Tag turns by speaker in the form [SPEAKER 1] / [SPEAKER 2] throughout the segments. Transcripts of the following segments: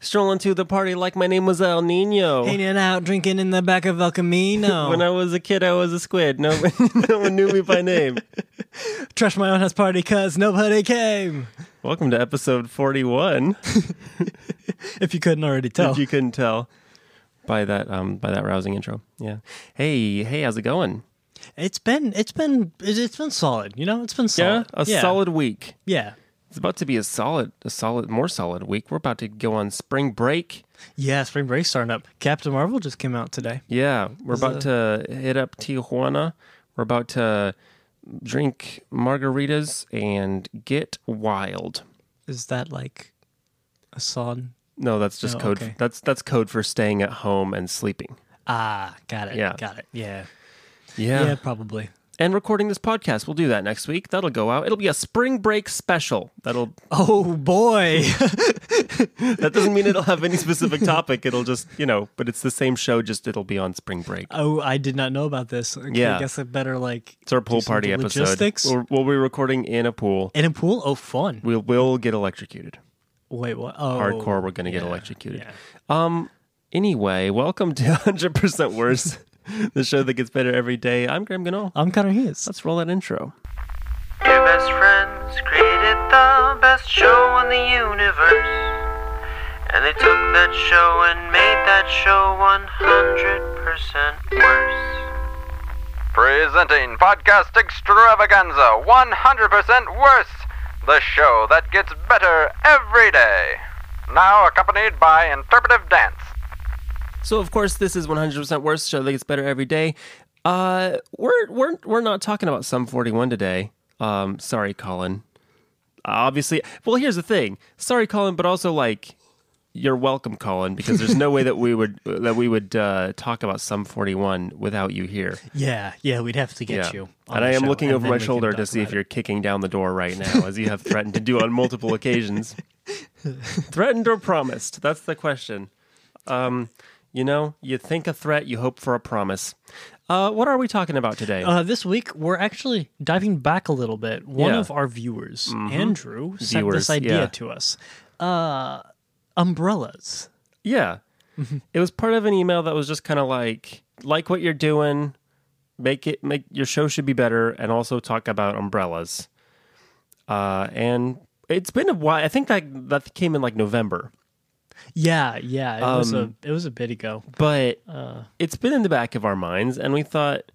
[SPEAKER 1] strolling to the party like my name was El Nino.
[SPEAKER 2] Hanging out, drinking in the back of El Camino.
[SPEAKER 1] When I was a kid, I was a squid. No, no one knew me by name.
[SPEAKER 2] Trash my own house party cause nobody came.
[SPEAKER 1] Welcome to episode 41.
[SPEAKER 2] If you couldn't already tell.
[SPEAKER 1] If you couldn't tell by that um by that rousing intro. Yeah. Hey, hey, how's it going?
[SPEAKER 2] It's been it's been it's been solid, you know? It's been solid.
[SPEAKER 1] Yeah, a solid week.
[SPEAKER 2] Yeah.
[SPEAKER 1] It's about to be a solid, a solid, more solid week. We're about to go on spring break.
[SPEAKER 2] Yeah, spring break starting up. Captain Marvel just came out today.
[SPEAKER 1] Yeah, we're about to hit up Tijuana. We're about to drink margaritas and get wild.
[SPEAKER 2] Is that like a song?
[SPEAKER 1] No, that's just
[SPEAKER 2] Oh,
[SPEAKER 1] code.
[SPEAKER 2] okay.
[SPEAKER 1] That's that's code for staying at home and sleeping.
[SPEAKER 2] Ah, got it.
[SPEAKER 1] Yeah.
[SPEAKER 2] Got it. Yeah.
[SPEAKER 1] Yeah.
[SPEAKER 2] Yeah, probably.
[SPEAKER 1] And recording this podcast. We'll do that next week. That'll go out. It'll be a spring break special. That'll
[SPEAKER 2] Oh boy.
[SPEAKER 1] that doesn't mean it'll have any specific topic. It'll just, you know, but it's the same show just it'll be on spring break.
[SPEAKER 2] oh, I did not know about this. Okay,
[SPEAKER 1] Yeah.
[SPEAKER 2] I guess I better like
[SPEAKER 1] It's our pool
[SPEAKER 2] do some
[SPEAKER 1] party episode.
[SPEAKER 2] Logistics.
[SPEAKER 1] We'll, we'll be recording in a pool.
[SPEAKER 2] in a pool? Oh fun.
[SPEAKER 1] We will get electrocuted.
[SPEAKER 2] Wait, what? Oh,
[SPEAKER 1] Hardcore, we're going to get electrocuted.
[SPEAKER 2] yeah.
[SPEAKER 1] Um. Anyway, welcome to 100% Worse, the show that gets better every day. I'm Graham Ganol.
[SPEAKER 2] I'm Connor Hughes.
[SPEAKER 1] Let's roll that intro.
[SPEAKER 3] Your best friends created the best show in the universe. And they took that show and made that show 100% worse.
[SPEAKER 4] Presenting Podcast Extravaganza 100% Worse, the show that gets better every day. Now accompanied by interpretive dance.
[SPEAKER 1] So, of course, this is 100% Worse, show that gets better every day. Uh, we're we're we're not talking about Sum 41 today. Um, sorry, Colin. Obviously, well, here's the thing. Sorry, Colin, but also like you're welcome, Colin, because there's no way that we would that we would uh, talk about Sum 41 without you here.
[SPEAKER 2] Yeah, yeah, we'd have to get you. on
[SPEAKER 1] And I
[SPEAKER 2] the
[SPEAKER 1] am
[SPEAKER 2] show,
[SPEAKER 1] looking
[SPEAKER 2] and
[SPEAKER 1] over
[SPEAKER 2] then
[SPEAKER 1] my
[SPEAKER 2] we can
[SPEAKER 1] shoulder
[SPEAKER 2] talk
[SPEAKER 1] to see
[SPEAKER 2] about
[SPEAKER 1] if you're kicking down the door right now, as you have threatened to do on multiple occasions. threatened or promised? That's the question. Um, you know, you think a threat, you hope for a promise. Uh, what are we talking about today?
[SPEAKER 2] it. Uh, this week, we're actually diving back a little bit. One
[SPEAKER 1] Yeah. Mm-hmm.
[SPEAKER 2] of our viewers, Andrew, sent
[SPEAKER 1] Viewers,
[SPEAKER 2] this idea
[SPEAKER 1] yeah.
[SPEAKER 2] to us. Uh, umbrellas.
[SPEAKER 1] yeah. It was part of an email that was just kind of like, like what you're doing, make it, make your show should be better, and also talk about umbrellas. Uh, and it's been a while. I think that that came in like November.
[SPEAKER 2] Yeah, yeah. It was
[SPEAKER 1] Um,
[SPEAKER 2] a it was a bit ago.
[SPEAKER 1] but
[SPEAKER 2] Uh.
[SPEAKER 1] it's been in the back of our minds and we thought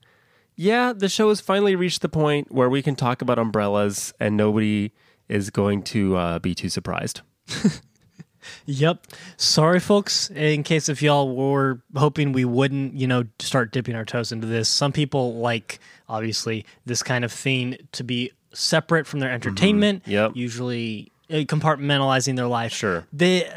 [SPEAKER 1] yeah the show has finally reached the point where we can talk about umbrellas and nobody is going to uh, be too surprised
[SPEAKER 2] Yep. Sorry, folks. In case if y'all were hoping we wouldn't, you know, start dipping our toes into this. Some people like, obviously, this kind of thing to be separate from their entertainment.
[SPEAKER 1] Mm-hmm. Yep.
[SPEAKER 2] Usually uh, compartmentalizing their life.
[SPEAKER 1] Sure.
[SPEAKER 2] They,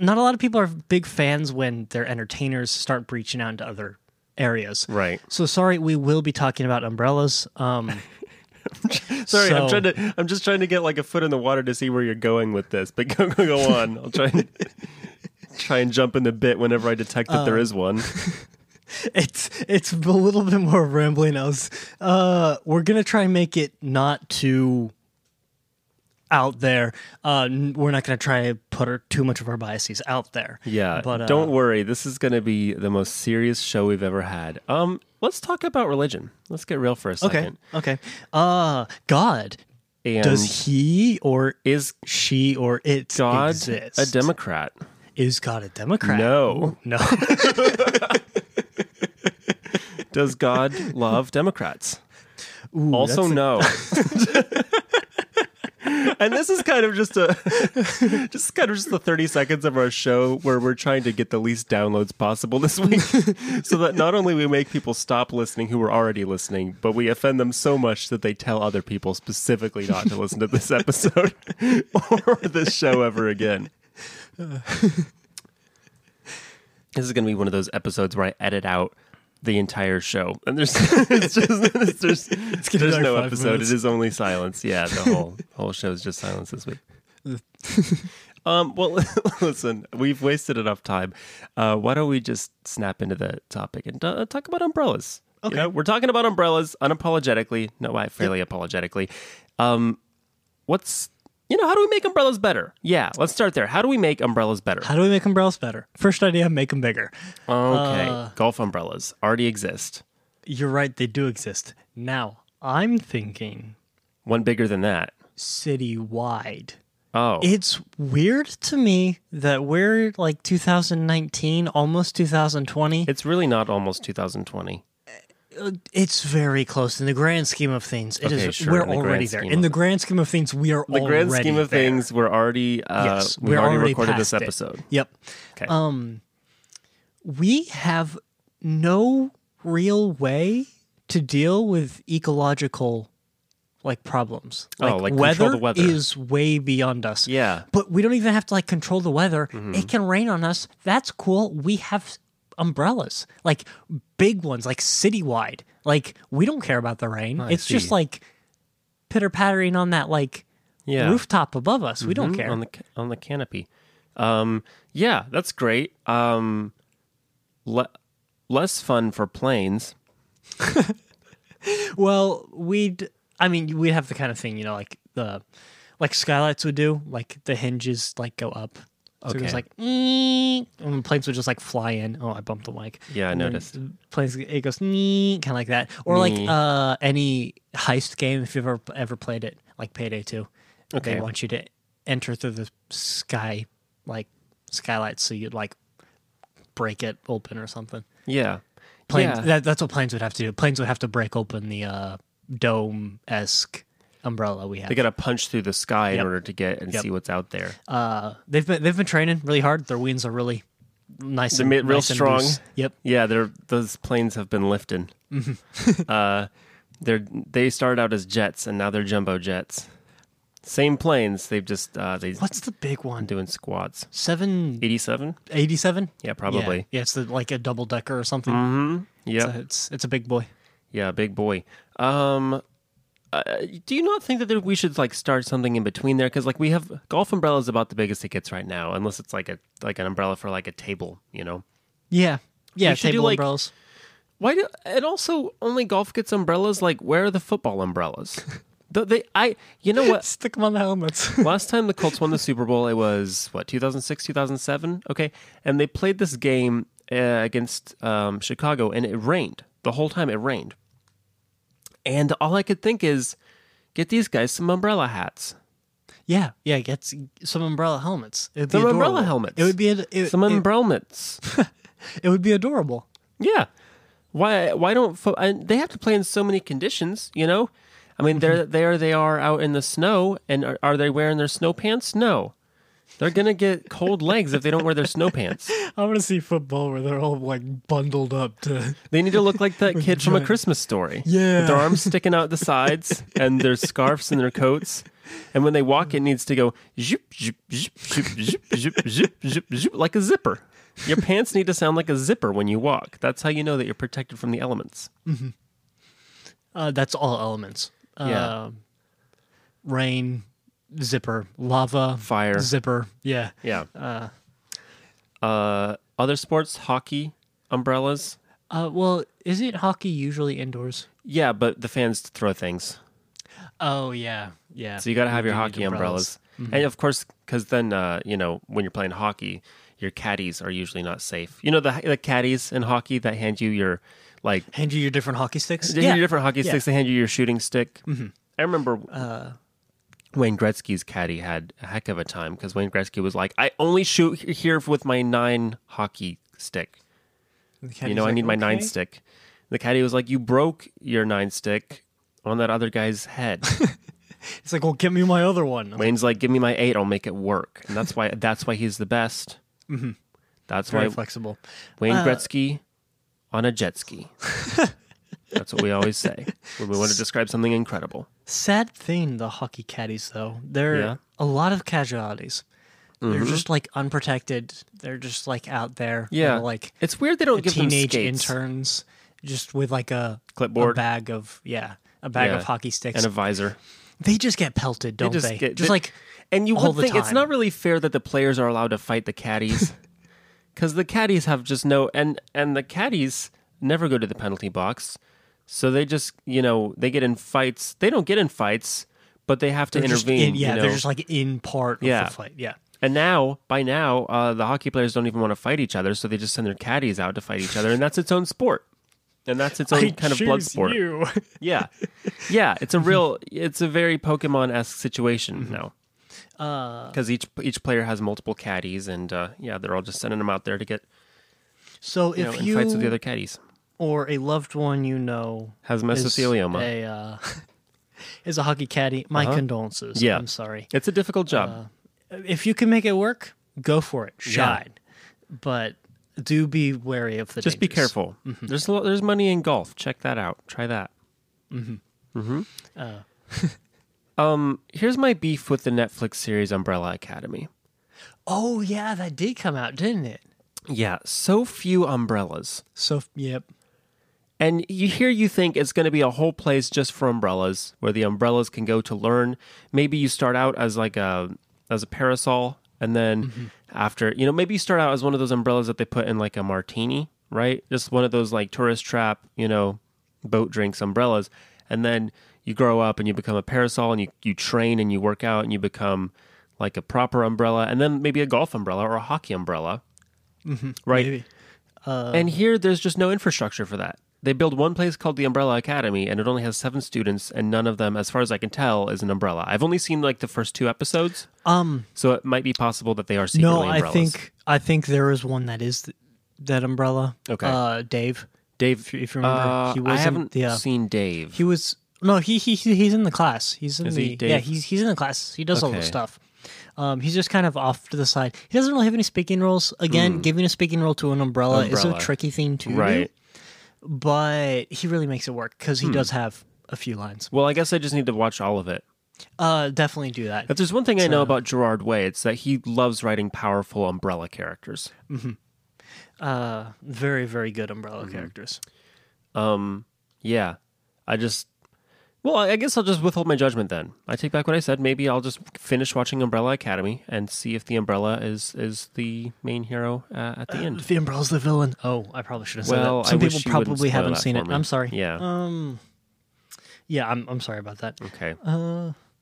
[SPEAKER 2] not a lot of people are big fans when their entertainers start breaching out into other areas.
[SPEAKER 1] Right.
[SPEAKER 2] So sorry, we will be talking about umbrellas. Um,
[SPEAKER 1] sorry i'm
[SPEAKER 2] So-
[SPEAKER 1] trying to i'm just trying to get like a foot in the water to see where you're going with this but go go, go on i'll try and try and jump in the bit whenever i detect that
[SPEAKER 2] Uh,
[SPEAKER 1] there is one
[SPEAKER 2] it's it's a little bit more rambling. I was uh we're gonna try and make it not too out there. Uh n- we're not gonna try and put our, too much of our biases out there.
[SPEAKER 1] yeah
[SPEAKER 2] But uh,
[SPEAKER 1] don't worry this is going to be the most serious show we've ever had um let's talk about religion let's get real for a
[SPEAKER 2] Okay.
[SPEAKER 1] second
[SPEAKER 2] Okay. Uh God.
[SPEAKER 1] and
[SPEAKER 2] Does he or
[SPEAKER 1] is
[SPEAKER 2] she or it
[SPEAKER 1] god
[SPEAKER 2] exist?
[SPEAKER 1] a democrat
[SPEAKER 2] Is God a Democrat?
[SPEAKER 1] No.
[SPEAKER 2] No.
[SPEAKER 1] Does God love Democrats?
[SPEAKER 2] Ooh,
[SPEAKER 1] also,
[SPEAKER 2] that's a-
[SPEAKER 1] no. and this is kind of just a just kind of just the 30 seconds of our show where we're trying to get the least downloads possible this week so that not only we make people stop listening who were already listening but we offend them so much that they tell other people specifically not to listen to this episode or this show ever again this is going to be one of those episodes where i edit out the entire show and there's it's just there's,
[SPEAKER 2] be
[SPEAKER 1] there's
[SPEAKER 2] like
[SPEAKER 1] no
[SPEAKER 2] five
[SPEAKER 1] episode
[SPEAKER 2] minutes.
[SPEAKER 1] it is only silence yeah the whole whole show is just silence this week um, well, listen, we've wasted enough time. Uh, why don't we just snap into the topic and uh, talk about umbrellas? You
[SPEAKER 2] Okay.
[SPEAKER 1] know, we're talking about umbrellas unapologetically. No, I fairly apologetically. Um, what's you know, how do we make umbrellas better? Yeah, let's start there. How do we make umbrellas better?
[SPEAKER 2] How do we make umbrellas better? First idea, make them bigger.
[SPEAKER 1] Okay,
[SPEAKER 2] uh,
[SPEAKER 1] golf umbrellas already exist.
[SPEAKER 2] You're right, they do exist. Now, I'm thinking
[SPEAKER 1] One bigger than that.
[SPEAKER 2] citywide.
[SPEAKER 1] Oh,
[SPEAKER 2] It's weird to me that we're like 2019, almost 2020.
[SPEAKER 1] it's really not almost 2020.
[SPEAKER 2] It's very close in the grand scheme of things. It
[SPEAKER 1] Okay,
[SPEAKER 2] is-
[SPEAKER 1] sure,
[SPEAKER 2] We're
[SPEAKER 1] in the grand
[SPEAKER 2] already there.
[SPEAKER 1] scheme
[SPEAKER 2] In
[SPEAKER 1] of
[SPEAKER 2] the grand scheme of things, we are
[SPEAKER 1] The grand
[SPEAKER 2] already
[SPEAKER 1] scheme of
[SPEAKER 2] there.
[SPEAKER 1] things, we're already uh,
[SPEAKER 2] Yes,
[SPEAKER 1] we
[SPEAKER 2] we're
[SPEAKER 1] already,
[SPEAKER 2] already
[SPEAKER 1] recorded
[SPEAKER 2] past
[SPEAKER 1] this
[SPEAKER 2] it.
[SPEAKER 1] episode.
[SPEAKER 2] Yep.
[SPEAKER 1] Okay,
[SPEAKER 2] Um, We have no real way to deal with ecological like problems.
[SPEAKER 1] Oh, like control the weather.
[SPEAKER 2] is way beyond us.
[SPEAKER 1] Yeah.
[SPEAKER 2] But we don't even have to like control the weather.
[SPEAKER 1] Mm-hmm.
[SPEAKER 2] It can rain on us. That's cool. We have umbrellas. Like big ones, like citywide. Like we don't care about the rain. it's
[SPEAKER 1] see.
[SPEAKER 2] just like pitter pattering on that like
[SPEAKER 1] yeah,
[SPEAKER 2] rooftop above us. We don't
[SPEAKER 1] Mhm,
[SPEAKER 2] care.
[SPEAKER 1] on the ca- on the canopy. Um, yeah, that's great. Um, le- less fun for planes.
[SPEAKER 2] Well, we'd. I mean, we'd have the kind of thing, you know, like the like skylights would do, like the hinges like go up. So it
[SPEAKER 1] Okay.
[SPEAKER 2] was like, "Eek," and the planes would just like fly in. Oh, I bumped the mic.
[SPEAKER 1] Yeah, I
[SPEAKER 2] And then
[SPEAKER 1] noticed.
[SPEAKER 2] the Planes, it goes kind of like that, or like
[SPEAKER 1] Nee.
[SPEAKER 2] uh any heist game if you've ever ever played it, like Payday Two.
[SPEAKER 1] Okay.
[SPEAKER 2] They want you to enter through the sky, like skylight, so you'd like break it open or something.
[SPEAKER 1] Yeah,
[SPEAKER 2] Planes,
[SPEAKER 1] yeah.
[SPEAKER 2] that, that's what planes would have to do. Planes would have to break open the uh, dome esque umbrella we have.
[SPEAKER 1] they got to punch through the sky in
[SPEAKER 2] Yep.
[SPEAKER 1] order to get and
[SPEAKER 2] Yep.
[SPEAKER 1] see what's out there.
[SPEAKER 2] uh, they've been they've been training really hard. Their wings are really nice
[SPEAKER 1] They're
[SPEAKER 2] and
[SPEAKER 1] made real
[SPEAKER 2] nice and
[SPEAKER 1] strong.
[SPEAKER 2] loose. Yep.
[SPEAKER 1] Yeah, they're those planes have been lifting.
[SPEAKER 2] Mm-hmm.
[SPEAKER 1] uh, they're they started out as jets and now they're jumbo jets. Same planes. They've just uh, they
[SPEAKER 2] What's the big one?
[SPEAKER 1] doing squats.
[SPEAKER 2] Seven
[SPEAKER 1] Eighty seven.
[SPEAKER 2] eighty seven.
[SPEAKER 1] Yeah, probably. Mm-hmm.
[SPEAKER 2] Yeah, it's the, like a double decker or something.
[SPEAKER 1] Yeah,
[SPEAKER 2] So it's it's a big boy.
[SPEAKER 1] yeah, big boy. Um, uh, do you not think that there- we should like start something in between there? Because like we have golf umbrellas about the biggest it gets right now, unless it's like a like an umbrella for like a table, you know.
[SPEAKER 2] Yeah. Yeah.
[SPEAKER 1] We should do,
[SPEAKER 2] Table
[SPEAKER 1] like-
[SPEAKER 2] umbrellas.
[SPEAKER 1] Why do and also only golf gets umbrellas? Like where are the football umbrellas? Though they, I, you know what?
[SPEAKER 2] Stick them on the helmets.
[SPEAKER 1] Last time the Colts won the Super Bowl, it was what 2006, 2007. Okay, and they played this game uh, against um, Chicago, and it rained the whole time. It rained, and all I could think is, get these guys some umbrella hats.
[SPEAKER 2] yeah. Yeah. Get s- some umbrella helmets. It'd be
[SPEAKER 1] Some umbrella
[SPEAKER 2] adorable.
[SPEAKER 1] helmets.
[SPEAKER 2] It would be ad- it,
[SPEAKER 1] Some
[SPEAKER 2] it-
[SPEAKER 1] umbrellas.
[SPEAKER 2] it would be adorable.
[SPEAKER 1] Yeah. Why? Why don't fo- and they have to play in so many conditions? You know, I mean, they're
[SPEAKER 2] Mm-hmm.
[SPEAKER 1] there. They are out in the snow, and are, are they wearing their snow pants? No, they're gonna get cold legs if they don't wear their snow pants.
[SPEAKER 2] I want to see football where they're all like bundled up to.
[SPEAKER 1] They need to look like that kid from a
[SPEAKER 2] giant-
[SPEAKER 1] Christmas story.
[SPEAKER 2] Yeah.
[SPEAKER 1] with their arms sticking out the sides and their scarves and their coats. And when they walk, it needs to go zip, zip, zip, zip, zip, zip, zip, zip, zip, like a zipper. Your pants need to sound like a zipper when you walk. That's how you know that you're protected from the elements.
[SPEAKER 2] Uh, that's all elements.
[SPEAKER 1] Yeah.
[SPEAKER 2] Uh, rain, zipper, lava,
[SPEAKER 1] Fire.
[SPEAKER 2] zipper. Yeah.
[SPEAKER 1] Yeah. Uh, other sports, hockey, umbrellas.
[SPEAKER 2] Uh, well, isn't hockey usually indoors?
[SPEAKER 1] Yeah, but the fans throw things,
[SPEAKER 2] Oh yeah, yeah.
[SPEAKER 1] so you got to have your
[SPEAKER 2] do need Mm-hmm.
[SPEAKER 1] hockey umbrellas. And of course, because then uh, you know when you're playing hockey, your caddies are usually not safe. You know the the caddies in hockey that hand you your like
[SPEAKER 2] Hand you your different hockey sticks.
[SPEAKER 1] they hand you different hockey
[SPEAKER 2] Yeah. Mm-hmm. Uh.
[SPEAKER 1] sticks. They hand you your shooting stick. I remember Wayne Gretzky's caddy had a heck of a time because Wayne Gretzky was like, "I only shoot he- here with my nine hockey stick." you know, I need my nine stick. The caddy was like, You broke your nine stick on that other guy's head.
[SPEAKER 2] It's like, well, give me my other one. I'm like,
[SPEAKER 1] Wayne's like, Give me my eight, I'll make it work. And that's why that's why he's the best. Mm-hmm. That's
[SPEAKER 2] Very
[SPEAKER 1] why
[SPEAKER 2] flexible.
[SPEAKER 1] Wayne Gretzky on a jet ski. that's what we always say when we want to describe something incredible.
[SPEAKER 2] Sad thing, the hockey caddies though. There are
[SPEAKER 1] Yeah. Mm-hmm.
[SPEAKER 2] a lot of casualties. They're just like unprotected. They're just like out there.
[SPEAKER 1] Yeah.
[SPEAKER 2] They're, like
[SPEAKER 1] it's weird they don't give
[SPEAKER 2] teenage
[SPEAKER 1] them skates
[SPEAKER 2] interns just with like a a
[SPEAKER 1] Clipboard.
[SPEAKER 2] bag of yeah, a bag
[SPEAKER 1] Yeah.
[SPEAKER 2] of hockey sticks.
[SPEAKER 1] and a visor.
[SPEAKER 2] they just get pelted, don't they?
[SPEAKER 1] just
[SPEAKER 2] Just,
[SPEAKER 1] get- they-
[SPEAKER 2] like
[SPEAKER 1] And you
[SPEAKER 2] all
[SPEAKER 1] would
[SPEAKER 2] the
[SPEAKER 1] think it's
[SPEAKER 2] time.
[SPEAKER 1] not really fair that the players are allowed to fight the caddies, because the caddies have just no and and the caddies never go to the penalty box, so they just you know they get in fights. They don't get in fights, but they have to
[SPEAKER 2] They're just
[SPEAKER 1] intervene.
[SPEAKER 2] in- yeah,
[SPEAKER 1] you know?
[SPEAKER 2] they're just like in part
[SPEAKER 1] Yeah.
[SPEAKER 2] of the fight. Yeah.
[SPEAKER 1] And now, by now, uh, the hockey players don't even want to fight each other, so they just send their caddies out to fight each other, and that's its own sport. And that's its own
[SPEAKER 2] I
[SPEAKER 1] kind of blood
[SPEAKER 2] choose
[SPEAKER 1] sport.
[SPEAKER 2] you.
[SPEAKER 1] Yeah, yeah. It's a
[SPEAKER 2] Mm-hmm.
[SPEAKER 1] real. It's a very Pokemon esque situation now.
[SPEAKER 2] Uh,
[SPEAKER 1] Because each each player has multiple caddies, and uh, yeah, they're all just sending them out there to get
[SPEAKER 2] So
[SPEAKER 1] you know,
[SPEAKER 2] if
[SPEAKER 1] in
[SPEAKER 2] you
[SPEAKER 1] fights with the other caddies.
[SPEAKER 2] or a loved one you know
[SPEAKER 1] Has
[SPEAKER 2] is
[SPEAKER 1] mesothelioma. Uh-huh.
[SPEAKER 2] a uh, is a hockey caddy, my condolences.
[SPEAKER 1] Yeah.
[SPEAKER 2] I'm sorry. Uh,
[SPEAKER 1] It's a difficult job.
[SPEAKER 2] If you can make it work, go for it. Shine. But do be wary of the
[SPEAKER 1] just be
[SPEAKER 2] dangers.
[SPEAKER 1] careful. There's a lot, there's money in golf. Check that out. Try that.
[SPEAKER 2] Uh.
[SPEAKER 1] Mm-hmm. Mm-hmm. um, here's my beef with the Netflix series Umbrella Academy.
[SPEAKER 2] Oh yeah, that did come out, didn't it?
[SPEAKER 1] Yeah, so few umbrellas.
[SPEAKER 2] So yep.
[SPEAKER 1] And you here you think it's going to be a whole place just for umbrellas where the umbrellas can go to learn. Maybe you start out as like a as a parasol and then after, you know, maybe you start out as one of those umbrellas that they put in like a martini, right? Just one of those like tourist trap, you know, boat drinks umbrellas and then you grow up and you become a parasol and you you train and you work out and you become like a proper umbrella and then maybe a golf umbrella or a hockey umbrella. Right?
[SPEAKER 2] Maybe. Uh,
[SPEAKER 1] and here, there's just no infrastructure for that. They build one place called the Umbrella Academy, and it only has seven students, and none of them, as far as I can tell, is an umbrella. I've only seen like the first two episodes,
[SPEAKER 2] Um
[SPEAKER 1] so it might be possible that they are secretly
[SPEAKER 2] no,
[SPEAKER 1] umbrellas.
[SPEAKER 2] I think I think there is one that is th- that umbrella.
[SPEAKER 1] Okay.
[SPEAKER 2] Uh Dave.
[SPEAKER 1] Dave,
[SPEAKER 2] If you, if you remember,
[SPEAKER 1] uh,
[SPEAKER 2] he was
[SPEAKER 1] I haven't
[SPEAKER 2] in, yeah,
[SPEAKER 1] seen Dave.
[SPEAKER 2] He was no, he he he- he's in the class. He's in
[SPEAKER 1] Is
[SPEAKER 2] the
[SPEAKER 1] he Dave?
[SPEAKER 2] yeah, he's he's in the class. He does all the
[SPEAKER 1] Okay.
[SPEAKER 2] stuff. Um, he's just kind of off to the side. He doesn't really have any speaking roles. Again, giving a speaking role to an umbrella, is a
[SPEAKER 1] Hmm. Umbrella.
[SPEAKER 2] tricky thing to do,
[SPEAKER 1] right. Hmm.
[SPEAKER 2] But he really makes it work because he does have a few lines.
[SPEAKER 1] Well, I guess I just need to watch all of it.
[SPEAKER 2] Uh, definitely do that.
[SPEAKER 1] If there's one thing I know about Gerard Way, it's that he loves writing powerful umbrella characters.
[SPEAKER 2] Uh, very very good umbrella
[SPEAKER 1] Mm-hmm.
[SPEAKER 2] characters.
[SPEAKER 1] Yeah. I just Well, I guess I'll just withhold my judgment then. I take back what I said. Maybe I'll just finish watching Umbrella Academy and see if the umbrella is is the main hero uh, at the end.
[SPEAKER 2] The umbrella's the villain. Oh, I probably should have said
[SPEAKER 1] Well,
[SPEAKER 2] that. Some
[SPEAKER 1] I wish
[SPEAKER 2] people
[SPEAKER 1] you wouldn't
[SPEAKER 2] probably
[SPEAKER 1] spoil
[SPEAKER 2] haven't
[SPEAKER 1] that
[SPEAKER 2] seen
[SPEAKER 1] for
[SPEAKER 2] it.
[SPEAKER 1] me.
[SPEAKER 2] I'm sorry.
[SPEAKER 1] Yeah.
[SPEAKER 2] Um. Yeah, I'm I'm sorry about that.
[SPEAKER 1] okay.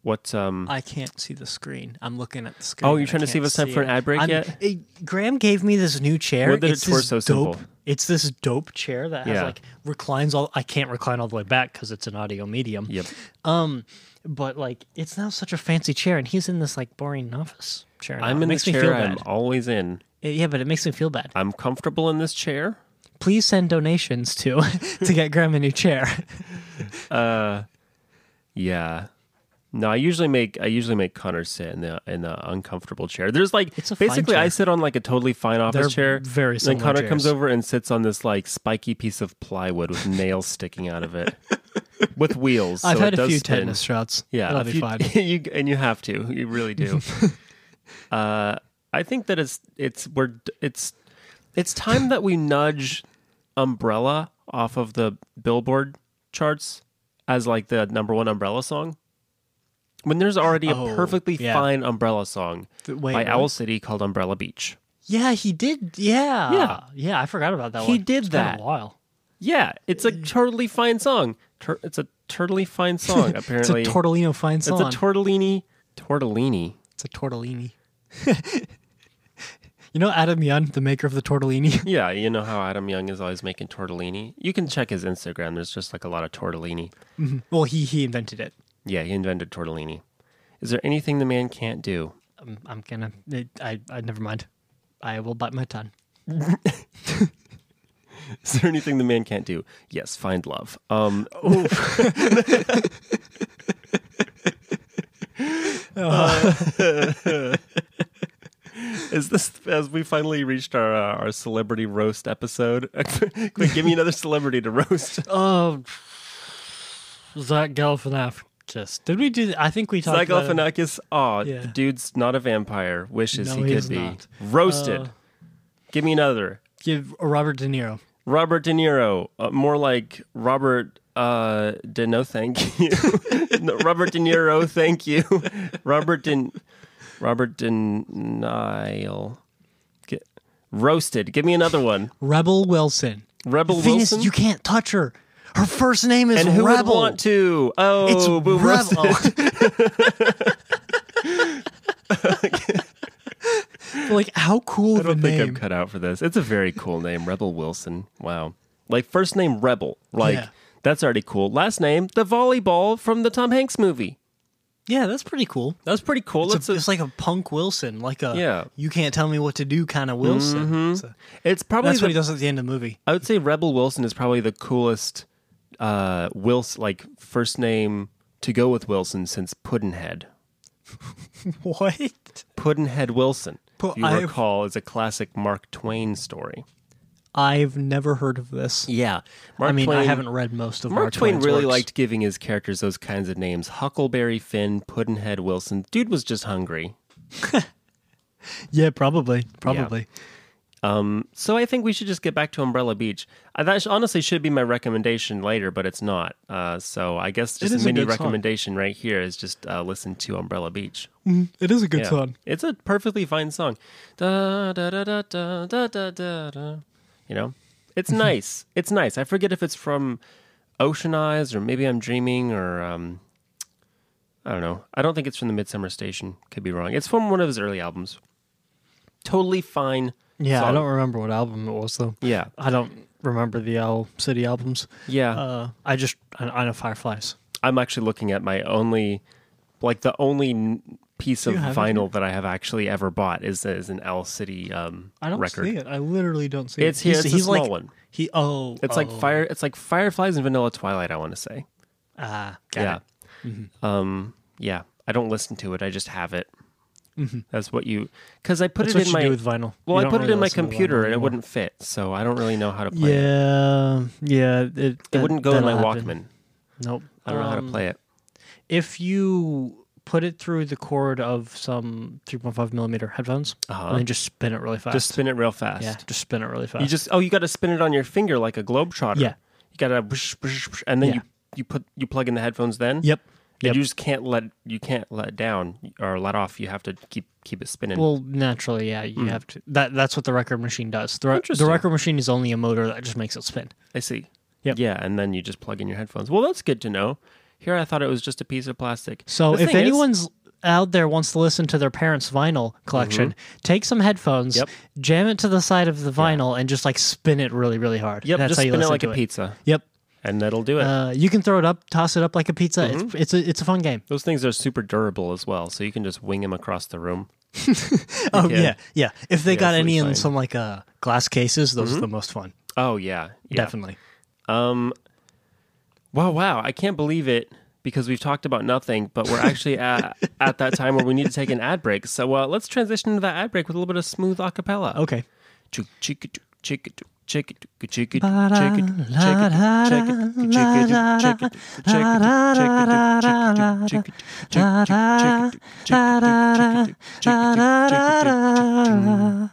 [SPEAKER 1] what um
[SPEAKER 2] uh, I can't see the screen. I'm looking at the screen.
[SPEAKER 1] Oh, you're
[SPEAKER 2] and I
[SPEAKER 1] trying to save
[SPEAKER 2] can't
[SPEAKER 1] us time
[SPEAKER 2] see
[SPEAKER 1] for an
[SPEAKER 2] it.
[SPEAKER 1] ad break
[SPEAKER 2] I'm-
[SPEAKER 1] yet?
[SPEAKER 2] it- Graham gave me this new chair.
[SPEAKER 1] What did
[SPEAKER 2] it's
[SPEAKER 1] it twist
[SPEAKER 2] this
[SPEAKER 1] so
[SPEAKER 2] dope,
[SPEAKER 1] simple?
[SPEAKER 2] It's this dope chair that has
[SPEAKER 1] Yeah.
[SPEAKER 2] like reclines all. I can't recline all the way back because it's an audio medium.
[SPEAKER 1] Yep.
[SPEAKER 2] Um, But like, it's now such a fancy chair, and he's in this like boring office chair. now.
[SPEAKER 1] I'm
[SPEAKER 2] it
[SPEAKER 1] in this
[SPEAKER 2] makes me feel
[SPEAKER 1] chair
[SPEAKER 2] bad.
[SPEAKER 1] I'm always in.
[SPEAKER 2] It- yeah, but it makes me feel bad.
[SPEAKER 1] I'm comfortable in this chair.
[SPEAKER 2] Please send donations to to get Graham a new chair.
[SPEAKER 1] Yeah. No, I usually make I usually make Connor sit in the in the uncomfortable chair. There's like
[SPEAKER 2] It's a fine
[SPEAKER 1] basically I
[SPEAKER 2] chair.
[SPEAKER 1] sit on like a totally fine office
[SPEAKER 2] They're
[SPEAKER 1] chair.
[SPEAKER 2] very
[SPEAKER 1] and then
[SPEAKER 2] similar
[SPEAKER 1] Connor comes
[SPEAKER 2] chairs.
[SPEAKER 1] over and sits on this like spiky piece of plywood with nails sticking out of it, with wheels.
[SPEAKER 2] I've
[SPEAKER 1] so
[SPEAKER 2] had
[SPEAKER 1] it
[SPEAKER 2] a
[SPEAKER 1] does
[SPEAKER 2] few
[SPEAKER 1] spin.
[SPEAKER 2] tetanus shots.
[SPEAKER 1] Yeah,
[SPEAKER 2] that'll
[SPEAKER 1] a
[SPEAKER 2] be
[SPEAKER 1] few-
[SPEAKER 2] fine.
[SPEAKER 1] you, and you have to. You really do. uh, I think that it's it's we're it's it's time that we nudge Umbrella off of the Billboard charts as like the number one Umbrella song. When there's already
[SPEAKER 2] Oh,
[SPEAKER 1] a perfectly
[SPEAKER 2] yeah.
[SPEAKER 1] fine Umbrella song
[SPEAKER 2] Th- wait,
[SPEAKER 1] by
[SPEAKER 2] what?
[SPEAKER 1] Owl City called Umbrella Beach.
[SPEAKER 2] Yeah, he did. Yeah,
[SPEAKER 1] Yeah.
[SPEAKER 2] yeah. I forgot about that
[SPEAKER 1] He
[SPEAKER 2] one.
[SPEAKER 1] did
[SPEAKER 2] It's been
[SPEAKER 1] that.
[SPEAKER 2] a while.
[SPEAKER 1] Yeah, it's
[SPEAKER 2] Eh.
[SPEAKER 1] a totally fine song. Tur- it's a totally fine song. Apparently,
[SPEAKER 2] It's a tortellino fine
[SPEAKER 1] It's
[SPEAKER 2] song.
[SPEAKER 1] a tortellini. Tortellini.
[SPEAKER 2] It's a tortellini. you know Adam Young, the maker of the tortellini?
[SPEAKER 1] Yeah, you know how Adam Young is always making tortellini. You can check his Instagram. There's just like a lot of tortellini.
[SPEAKER 2] well, he he invented it.
[SPEAKER 1] Yeah, he invented tortellini. Is there anything the man can't do?
[SPEAKER 2] I'm, I'm gonna. It, I I never mind. I will bite my tongue.
[SPEAKER 1] Is there anything the man can't do? Yes, find love. Um, is this as we finally reached our uh, our celebrity roast episode? Quick, give me another celebrity to roast.
[SPEAKER 2] Oh, Zach Galifianakis. Did we do? That? I think we talked
[SPEAKER 1] Zach
[SPEAKER 2] about. it.
[SPEAKER 1] Galifianakis. Aw,
[SPEAKER 2] Yeah.
[SPEAKER 1] the dude's not a vampire. Wishes
[SPEAKER 2] No,
[SPEAKER 1] he
[SPEAKER 2] he's
[SPEAKER 1] could be.
[SPEAKER 2] not.
[SPEAKER 1] Roasted.
[SPEAKER 2] Uh,
[SPEAKER 1] Give me another.
[SPEAKER 2] Give Robert De Niro.
[SPEAKER 1] Robert De Niro. Uh, more like Robert uh, De No, thank you. No, Robert De Niro, thank you. Robert De Robert De Nile. Get, roasted. Give me another one.
[SPEAKER 2] Rebel Wilson.
[SPEAKER 1] Rebel
[SPEAKER 2] Venus,
[SPEAKER 1] Wilson.
[SPEAKER 2] you can't touch her. Her first name is
[SPEAKER 1] And who
[SPEAKER 2] Rebel.
[SPEAKER 1] would want to? Oh,
[SPEAKER 2] it's
[SPEAKER 1] boo roasted.
[SPEAKER 2] Rebel. like how cool
[SPEAKER 1] oh. I
[SPEAKER 2] of a
[SPEAKER 1] don't think
[SPEAKER 2] name.
[SPEAKER 1] I'm cut out for this. It's a very cool name, Rebel Wilson. Wow. Like first name Rebel. Like
[SPEAKER 2] Yeah.
[SPEAKER 1] that's already cool. Last name, the volleyball from the Tom Hanks movie.
[SPEAKER 2] yeah, that's pretty cool.
[SPEAKER 1] That was pretty cool.
[SPEAKER 2] It's,
[SPEAKER 1] It's,
[SPEAKER 2] a-
[SPEAKER 1] a-
[SPEAKER 2] it's like a punk Wilson, like a
[SPEAKER 1] Yeah. Mm-hmm.
[SPEAKER 2] you can't tell me what to do kind of Wilson. So
[SPEAKER 1] it's probably
[SPEAKER 2] that's what he
[SPEAKER 1] the,
[SPEAKER 2] does at the end of the movie.
[SPEAKER 1] I would say Rebel Wilson is probably the coolest uh Wilson like first name to go with Wilson since Puddinhead.
[SPEAKER 2] What?
[SPEAKER 1] Puddinhead Wilson.
[SPEAKER 2] Pu-
[SPEAKER 1] if you
[SPEAKER 2] I've-
[SPEAKER 1] recall is a classic Mark Twain story.
[SPEAKER 2] I've never heard of this.
[SPEAKER 1] Yeah.
[SPEAKER 2] I mean, I haven't read most of
[SPEAKER 1] Mark,
[SPEAKER 2] Mark
[SPEAKER 1] Twain
[SPEAKER 2] Twain's
[SPEAKER 1] really
[SPEAKER 2] works.
[SPEAKER 1] liked giving his characters those kinds of names: Huckleberry Finn, Puddinhead Wilson. Dude was just hungry.
[SPEAKER 2] Yeah, probably, probably.
[SPEAKER 1] So I think we should just get back to Umbrella Beach. Uh, That sh- honestly should be my recommendation later, but it's not. Uh, so I guess just
[SPEAKER 2] is
[SPEAKER 1] a
[SPEAKER 2] a
[SPEAKER 1] mini
[SPEAKER 2] good song.
[SPEAKER 1] recommendation right here is just uh, listen to Umbrella Beach.
[SPEAKER 2] It is a good
[SPEAKER 1] Yeah.
[SPEAKER 2] song.
[SPEAKER 1] It's a perfectly fine song. Da, da, da, da, da, da, da, da, da. You know,
[SPEAKER 2] Mm-hmm.
[SPEAKER 1] it's nice. It's nice. I forget if it's from Ocean Eyes or maybe I'm dreaming or um, I don't know. I don't think it's from the Midsummer Station. Could be wrong. It's from one of his early albums. Totally fine.
[SPEAKER 2] Yeah, I
[SPEAKER 1] song.
[SPEAKER 2] don't remember what album it was though.
[SPEAKER 1] Yeah,
[SPEAKER 2] I don't remember the Owl City albums.
[SPEAKER 1] yeah.
[SPEAKER 2] Uh, I just I, I know Fireflies.
[SPEAKER 1] I'm actually looking at my only, like the only n- piece of
[SPEAKER 2] you have it
[SPEAKER 1] vinyl that I have actually ever bought is is an Owl City um
[SPEAKER 2] I don't
[SPEAKER 1] record.
[SPEAKER 2] see it. I literally don't see
[SPEAKER 1] It's
[SPEAKER 2] it.
[SPEAKER 1] here. It's a small
[SPEAKER 2] like,
[SPEAKER 1] one.
[SPEAKER 2] He oh,
[SPEAKER 1] It's like
[SPEAKER 2] oh,
[SPEAKER 1] fire. It's like Fireflies and Vanilla Twilight. I want to say.
[SPEAKER 2] Ah,
[SPEAKER 1] yeah.
[SPEAKER 2] yeah. Mm-hmm.
[SPEAKER 1] Um. Yeah. I don't listen to it. I just have it. That's what you. Because I put
[SPEAKER 2] Mm-hmm.
[SPEAKER 1] it
[SPEAKER 2] That's what
[SPEAKER 1] in
[SPEAKER 2] you
[SPEAKER 1] my.
[SPEAKER 2] do with vinyl.
[SPEAKER 1] well,
[SPEAKER 2] You
[SPEAKER 1] I
[SPEAKER 2] don't
[SPEAKER 1] put it
[SPEAKER 2] really
[SPEAKER 1] in my
[SPEAKER 2] listen to vinyl
[SPEAKER 1] computer and it
[SPEAKER 2] anymore.
[SPEAKER 1] wouldn't fit, so I don't really know how to play it.
[SPEAKER 2] Yeah, yeah. It,
[SPEAKER 1] It
[SPEAKER 2] that-
[SPEAKER 1] wouldn't go in my
[SPEAKER 2] that'll happen.
[SPEAKER 1] Walkman.
[SPEAKER 2] Nope. Um,
[SPEAKER 1] I don't know how to play it.
[SPEAKER 2] If you put it through the cord of some 3.5 millimeter headphones
[SPEAKER 1] Uh-huh.
[SPEAKER 2] and then just spin it really fast.
[SPEAKER 1] Just spin it real fast.
[SPEAKER 2] Yeah, just spin it really fast.
[SPEAKER 1] You just oh, you got to spin it on your finger like a globetrotter.
[SPEAKER 2] Yeah.
[SPEAKER 1] You got to, whoosh, whoosh, whoosh, and then
[SPEAKER 2] Yeah.
[SPEAKER 1] you you put you plug in the headphones. Then
[SPEAKER 2] Yep.
[SPEAKER 1] And
[SPEAKER 2] Yep.
[SPEAKER 1] you just can't let you can't let down or let off. You have to keep keep it spinning.
[SPEAKER 2] Well, naturally, yeah, you have to. That that's what the record machine does. The, re- the
[SPEAKER 1] Hmm. Interesting.
[SPEAKER 2] record machine is only a motor that just makes it spin.
[SPEAKER 1] I see.
[SPEAKER 2] Yep.
[SPEAKER 1] Yeah, and then you just plug in your headphones. Well, that's good to know. Here, I thought it was just a piece of plastic.
[SPEAKER 2] So
[SPEAKER 1] The
[SPEAKER 2] if
[SPEAKER 1] thing is-
[SPEAKER 2] anyone's out there wants to listen to their parents' vinyl collection, take some headphones,
[SPEAKER 1] Mm-hmm. Yep.
[SPEAKER 2] jam it to the side of the vinyl, and just like spin it really, really hard.
[SPEAKER 1] yep,
[SPEAKER 2] that's
[SPEAKER 1] just
[SPEAKER 2] how you
[SPEAKER 1] spin it
[SPEAKER 2] listen
[SPEAKER 1] like
[SPEAKER 2] to
[SPEAKER 1] a
[SPEAKER 2] it.
[SPEAKER 1] pizza,
[SPEAKER 2] Yep.
[SPEAKER 1] and that'll do it.
[SPEAKER 2] Uh, you can throw it up, toss it up like a pizza.
[SPEAKER 1] Mm-hmm.
[SPEAKER 2] It's it's a it's a fun game.
[SPEAKER 1] Those things are super durable as well, so you can just wing them across the room.
[SPEAKER 2] Oh
[SPEAKER 1] can.
[SPEAKER 2] yeah, yeah. If they got
[SPEAKER 1] it's
[SPEAKER 2] any in
[SPEAKER 1] fine.
[SPEAKER 2] some like uh, glass cases, those are the most fun.
[SPEAKER 1] Oh yeah, yeah.
[SPEAKER 2] Definitely.
[SPEAKER 1] Wow, wow. I can't believe it because we've talked about nothing, but we're actually at, at that time where we need to take an ad break. So uh, let's transition to that ad break with a little bit of smooth acapella.
[SPEAKER 2] Okay.
[SPEAKER 1] Check it, check it, check it, check it, check it, check it, check it, check it, check it, check it.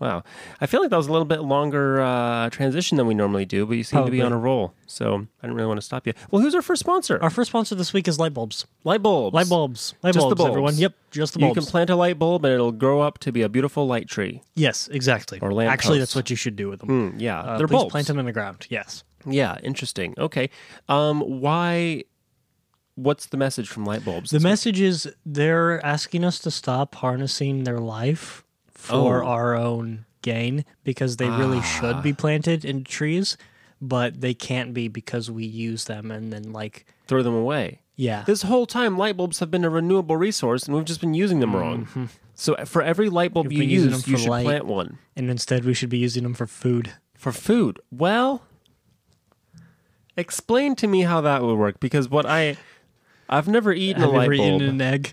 [SPEAKER 1] Wow. I feel like that was a little bit longer uh, transition than we normally do, but you seem to be
[SPEAKER 2] Probably.
[SPEAKER 1] on a roll. So I didn't really want to stop you. Well, who's our first sponsor?
[SPEAKER 2] Our first sponsor this week is light bulbs.
[SPEAKER 1] light bulbs.
[SPEAKER 2] Light bulbs. Light
[SPEAKER 1] Just the
[SPEAKER 2] bulbs,
[SPEAKER 1] bulbs.
[SPEAKER 2] Everyone. Yep. Just the
[SPEAKER 1] You
[SPEAKER 2] bulbs.
[SPEAKER 1] can plant a light bulb and it'll grow up to be a beautiful light tree.
[SPEAKER 2] yes. Exactly.
[SPEAKER 1] Or lamp
[SPEAKER 2] Actually,
[SPEAKER 1] posts.
[SPEAKER 2] that's what you should do with them.
[SPEAKER 1] Yeah,
[SPEAKER 2] Uh,
[SPEAKER 1] they're
[SPEAKER 2] please
[SPEAKER 1] bulbs.
[SPEAKER 2] plant them in the ground. Yes.
[SPEAKER 1] Yeah, interesting. Okay. Um, why? What's the message from light bulbs?
[SPEAKER 2] The message is they're asking us to stop harnessing their life for
[SPEAKER 1] Oh.
[SPEAKER 2] our own gain because they really should be planted in trees, but they can't be because we use them and then like
[SPEAKER 1] Throw them away.
[SPEAKER 2] yeah.
[SPEAKER 1] This whole time, light bulbs have been a renewable resource, and we've just been using them wrong. So uh, for every light bulb you
[SPEAKER 2] Mm-hmm. been using
[SPEAKER 1] use,
[SPEAKER 2] them
[SPEAKER 1] you
[SPEAKER 2] for
[SPEAKER 1] should
[SPEAKER 2] light.
[SPEAKER 1] plant one
[SPEAKER 2] and instead we should be using them for food.
[SPEAKER 1] for food. Well, explain to me how that would work because what I I've never eaten
[SPEAKER 2] Have
[SPEAKER 1] a
[SPEAKER 2] you
[SPEAKER 1] light
[SPEAKER 2] ever
[SPEAKER 1] bulb.
[SPEAKER 2] eaten an egg?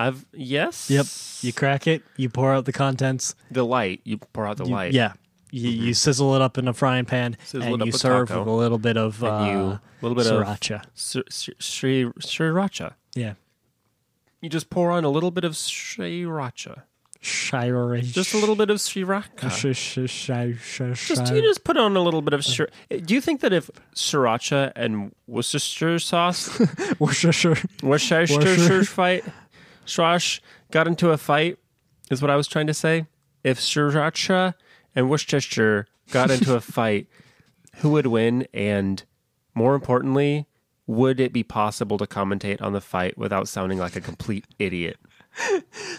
[SPEAKER 1] I've yes.
[SPEAKER 2] Yep. You crack it, you pour out the contents.
[SPEAKER 1] The light. You pour out the
[SPEAKER 2] you-
[SPEAKER 1] light.
[SPEAKER 2] Yeah. You, you sizzle it up in a frying pan
[SPEAKER 1] Sizzle it
[SPEAKER 2] and
[SPEAKER 1] up
[SPEAKER 2] you
[SPEAKER 1] with
[SPEAKER 2] serve
[SPEAKER 1] taco.
[SPEAKER 2] with a little bit of uh,
[SPEAKER 1] And you a little bit of-
[SPEAKER 2] sriracha.
[SPEAKER 1] Sri- Sri- Sri- Sriracha.
[SPEAKER 2] Yeah.
[SPEAKER 1] You just pour on a little bit of sriracha.
[SPEAKER 2] Sriracha.
[SPEAKER 1] Just a little bit of sriracha. Just
[SPEAKER 2] Just
[SPEAKER 1] you just put on a little bit of sri- Do you think that if sriracha and Worcestershire sauce, Worcestershire
[SPEAKER 2] Worcester-
[SPEAKER 1] fight, srash got into a fight, is what I was trying to say. If sriracha and Worcestershire got into a fight, who would win and More importantly, would it be possible to commentate on the fight without sounding like a complete idiot?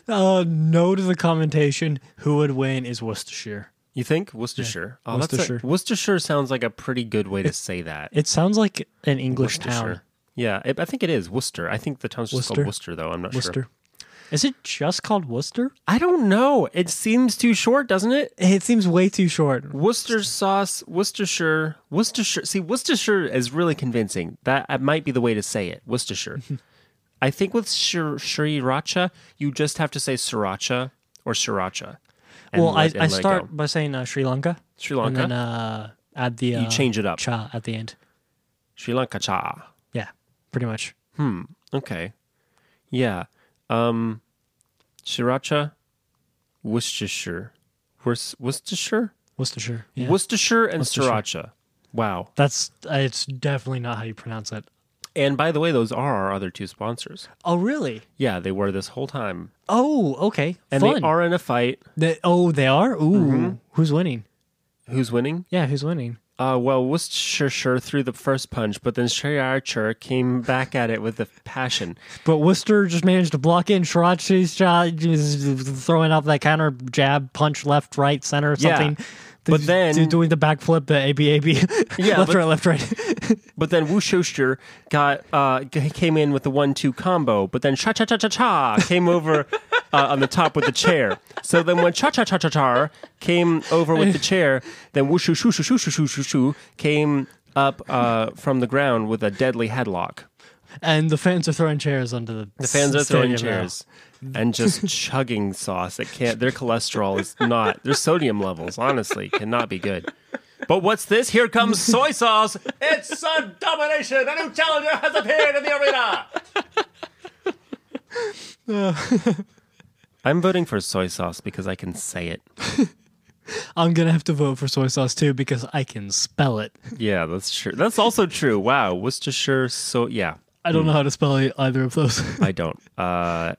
[SPEAKER 2] Uh, no to the commentation. Who would win is Worcestershire.
[SPEAKER 1] You think Worcestershire? Oh, that's a-
[SPEAKER 2] Worcestershire.
[SPEAKER 1] Worcestershire sounds like a pretty good way to say that.
[SPEAKER 2] It sounds like an English town.
[SPEAKER 1] Worcestershire. Yeah, I I think it is Worcester. I think the town's just called
[SPEAKER 2] Worcester.
[SPEAKER 1] Worcester, though. I'm not
[SPEAKER 2] Worcester.
[SPEAKER 1] sure.
[SPEAKER 2] Is it just called Worcester?
[SPEAKER 1] I don't know. It seems too short, doesn't it?
[SPEAKER 2] It seems way too short.
[SPEAKER 1] Worcester sauce, Worcestershire, Worcestershire. See, Worcestershire is really convincing. That uh, might be the way to say it. Worcestershire. I think with shir- sriracha, you just have to say sriracha or sriracha. and
[SPEAKER 2] well,
[SPEAKER 1] let- and
[SPEAKER 2] I, I
[SPEAKER 1] let it
[SPEAKER 2] start
[SPEAKER 1] go.
[SPEAKER 2] by saying uh, Sri Lanka.
[SPEAKER 1] Sri
[SPEAKER 2] And
[SPEAKER 1] Lanka.
[SPEAKER 2] then uh, add the. Uh,
[SPEAKER 1] You change it up.
[SPEAKER 2] Cha at the end.
[SPEAKER 1] Sri Lanka cha.
[SPEAKER 2] Yeah, pretty much.
[SPEAKER 1] Okay. Yeah. Um, sriracha, Worcestershire, Worc- Worcestershire,
[SPEAKER 2] Worcestershire. Yeah.
[SPEAKER 1] Worcestershire, and
[SPEAKER 2] Worcestershire.
[SPEAKER 1] sriracha. Wow.
[SPEAKER 2] That's uh, it's definitely not how you pronounce it.
[SPEAKER 1] And by the way, those are our other two sponsors.
[SPEAKER 2] Oh really?
[SPEAKER 1] Yeah, they were this whole time.
[SPEAKER 2] Oh okay.
[SPEAKER 1] And
[SPEAKER 2] Fun.
[SPEAKER 1] they are Mm-hmm. in a fight.
[SPEAKER 2] They- oh, they are. Ooh, who's winning?
[SPEAKER 1] Who's winning?
[SPEAKER 2] Yeah, who's winning?
[SPEAKER 1] Uh, well, Worcestershire threw the first punch, but then Sriracha came back at it with a passion.
[SPEAKER 2] But Worcester just managed to block in Shirachi's shot, just throwing off that counter jab, punch left, right, center,
[SPEAKER 1] Yeah.
[SPEAKER 2] something.
[SPEAKER 1] But then-
[SPEAKER 2] Do- doing the backflip, the ABAB,
[SPEAKER 1] Yeah,
[SPEAKER 2] left,
[SPEAKER 1] but-
[SPEAKER 2] right, left, right.
[SPEAKER 1] But then Worcestershire got uh, g- came in with the one-two combo. But then Cha Cha Cha Cha Cha came over uh, on the top with the chair. So then when Cha Cha Cha Cha Cha came over with the chair, then Wushu Shoo Shoo Shoo Shoo Shoo Shoo Shoo came up uh, from the ground with a deadly headlock.
[SPEAKER 2] and the fans are throwing chairs under the.
[SPEAKER 1] The fans are throwing chairs and just chugging sauce. It can't. Their cholesterol is not. Their sodium levels, honestly, cannot be good. But what's this? Here comes soy sauce. It's a domination. A new challenger has appeared in the arena. I'm voting for soy sauce because I can say it.
[SPEAKER 2] I'm gonna have to vote for soy sauce too because I can spell it.
[SPEAKER 1] Yeah, that's true. That's also true. Wow, Worcestershire. So yeah,
[SPEAKER 2] I don't know how to spell either of those.
[SPEAKER 1] I don't. Uh,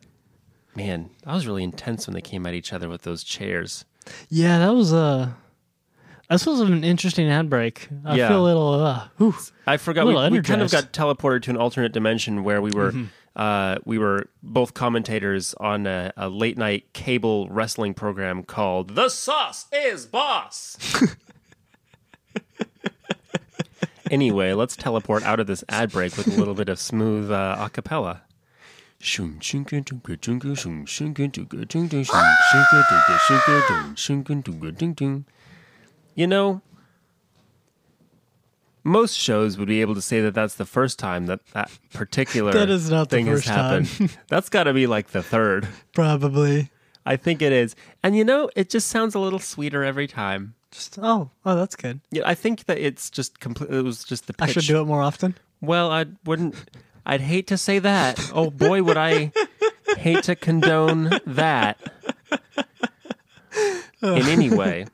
[SPEAKER 1] man, that was really intense when they came at each other with those chairs.
[SPEAKER 2] yeah, that was Uh, this was an interesting ad break. I
[SPEAKER 1] Yeah.
[SPEAKER 2] feel a little. Uh, whew.
[SPEAKER 1] I forgot. We,
[SPEAKER 2] little
[SPEAKER 1] we kind of got
[SPEAKER 2] energized.
[SPEAKER 1] teleported to an alternate dimension where we were, uh, we were both commentators on a, a late night cable wrestling program called "The Sauce Is Boss." anyway, let's teleport out of this ad break with a little bit of smooth uh, acapella. You know, most shows would be able to say that that's the first time that that particular
[SPEAKER 2] That is not the
[SPEAKER 1] thing
[SPEAKER 2] first
[SPEAKER 1] has happened. that's got to be like the third.
[SPEAKER 2] Probably.
[SPEAKER 1] I think it is. And you know, it just sounds a little sweeter every time.
[SPEAKER 2] Just oh, oh, that's good.
[SPEAKER 1] Yeah, I think that it's just complete. It was just the
[SPEAKER 2] I
[SPEAKER 1] pitch.
[SPEAKER 2] should do it more often.
[SPEAKER 1] Well, I wouldn't. I'd hate to say that. Oh boy, would I hate to condone that. In any way,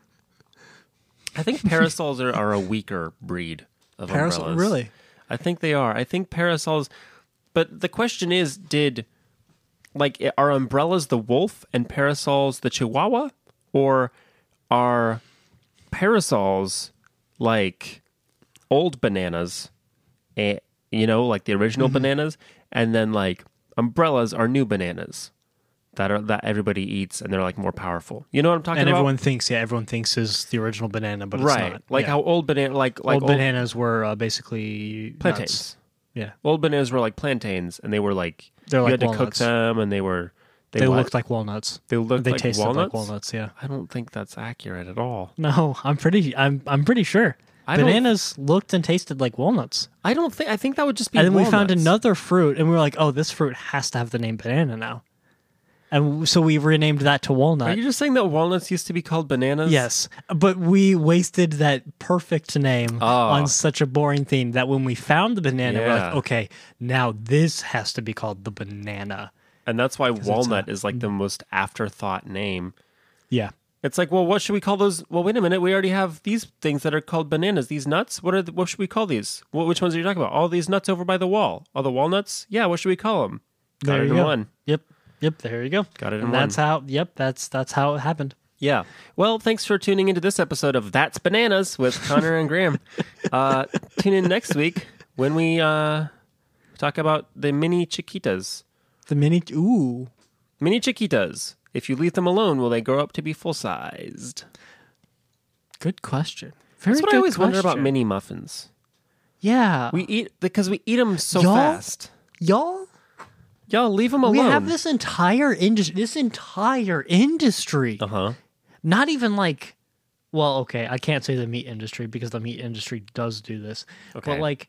[SPEAKER 1] I think parasols are, are a weaker breed of
[SPEAKER 2] Parasol-
[SPEAKER 1] umbrellas.
[SPEAKER 2] really?
[SPEAKER 1] I think they are. I think parasols. But the question is, did like are umbrellas the wolf and parasols the chihuahua, or are parasols like old bananas, eh, you know, like the
[SPEAKER 2] Mm-hmm.
[SPEAKER 1] original bananas, and then like umbrellas are new bananas that are that everybody eats and they're like more powerful. You know what I'm talking
[SPEAKER 2] And
[SPEAKER 1] about?
[SPEAKER 2] everyone thinks, yeah, everyone thinks is the original banana, but
[SPEAKER 1] right,
[SPEAKER 2] it's not.
[SPEAKER 1] like
[SPEAKER 2] Yeah.
[SPEAKER 1] how old banana, like like
[SPEAKER 2] old, bananas were uh, basically
[SPEAKER 1] plantains.
[SPEAKER 2] nuts. Yeah,
[SPEAKER 1] Old bananas were like plantains, and they were like
[SPEAKER 2] They're
[SPEAKER 1] you
[SPEAKER 2] like
[SPEAKER 1] had to cook
[SPEAKER 2] walnuts.
[SPEAKER 1] them, and they were they,
[SPEAKER 2] they,
[SPEAKER 1] what?
[SPEAKER 2] looked like walnuts.
[SPEAKER 1] They looked
[SPEAKER 2] they
[SPEAKER 1] like
[SPEAKER 2] tasted
[SPEAKER 1] walnuts?
[SPEAKER 2] like walnuts. Yeah.
[SPEAKER 1] I don't think that's accurate at all.
[SPEAKER 2] No, I'm pretty. I'm I'm pretty sure.
[SPEAKER 1] I don't-
[SPEAKER 2] bananas looked and tasted like walnuts.
[SPEAKER 1] I don't think. I think that would just be.
[SPEAKER 2] And then we found
[SPEAKER 1] walnuts.
[SPEAKER 2] another fruit, and we were like, "Oh, this fruit has to have the name banana now," and w- so we renamed that to
[SPEAKER 1] Are
[SPEAKER 2] walnut.
[SPEAKER 1] you just saying that walnuts used to be called bananas?
[SPEAKER 2] Yes, but we wasted that perfect name
[SPEAKER 1] Oh.
[SPEAKER 2] on such a boring thing that when we found the banana, we're like,
[SPEAKER 1] Yeah.
[SPEAKER 2] "Okay, now this has to be called the banana."
[SPEAKER 1] and that's why walnut is like the
[SPEAKER 2] mm-hmm.
[SPEAKER 1] most afterthought name.
[SPEAKER 2] Yeah,
[SPEAKER 1] It's like, well, what should we call those? Well, wait a minute. We already have these things that are called bananas. These nuts. What are? The, what should we call these? What, which ones are you talking about? All these nuts over by the wall. All the walnuts. Yeah. What should we call them? Got
[SPEAKER 2] there
[SPEAKER 1] it
[SPEAKER 2] you
[SPEAKER 1] in
[SPEAKER 2] go.
[SPEAKER 1] one.
[SPEAKER 2] Yep, yep. There you go.
[SPEAKER 1] Got it in
[SPEAKER 2] and That's how. Yep, that's that's how it happened.
[SPEAKER 1] Yeah. Well, thanks for tuning into this episode of That's Bananas with Connor and Graham. Uh, tune in next week when we uh, talk about the mini chiquitas.
[SPEAKER 2] The mini. Ooh.
[SPEAKER 1] Mini chiquitas. If you leave them alone, will they grow up to be full sized?
[SPEAKER 2] Good question. Very
[SPEAKER 1] That's what
[SPEAKER 2] good
[SPEAKER 1] I always wonder about
[SPEAKER 2] question.
[SPEAKER 1] mini muffins.
[SPEAKER 2] Yeah.
[SPEAKER 1] We eat because we eat them so
[SPEAKER 2] Y'all-
[SPEAKER 1] fast.
[SPEAKER 2] y'all,
[SPEAKER 1] Y'all leave them alone.
[SPEAKER 2] we have this entire industry. This entire industry.
[SPEAKER 1] Uh huh.
[SPEAKER 2] Not even like. Well, okay, I can't say the meat industry because the meat industry does do this.
[SPEAKER 1] Okay.
[SPEAKER 2] But like,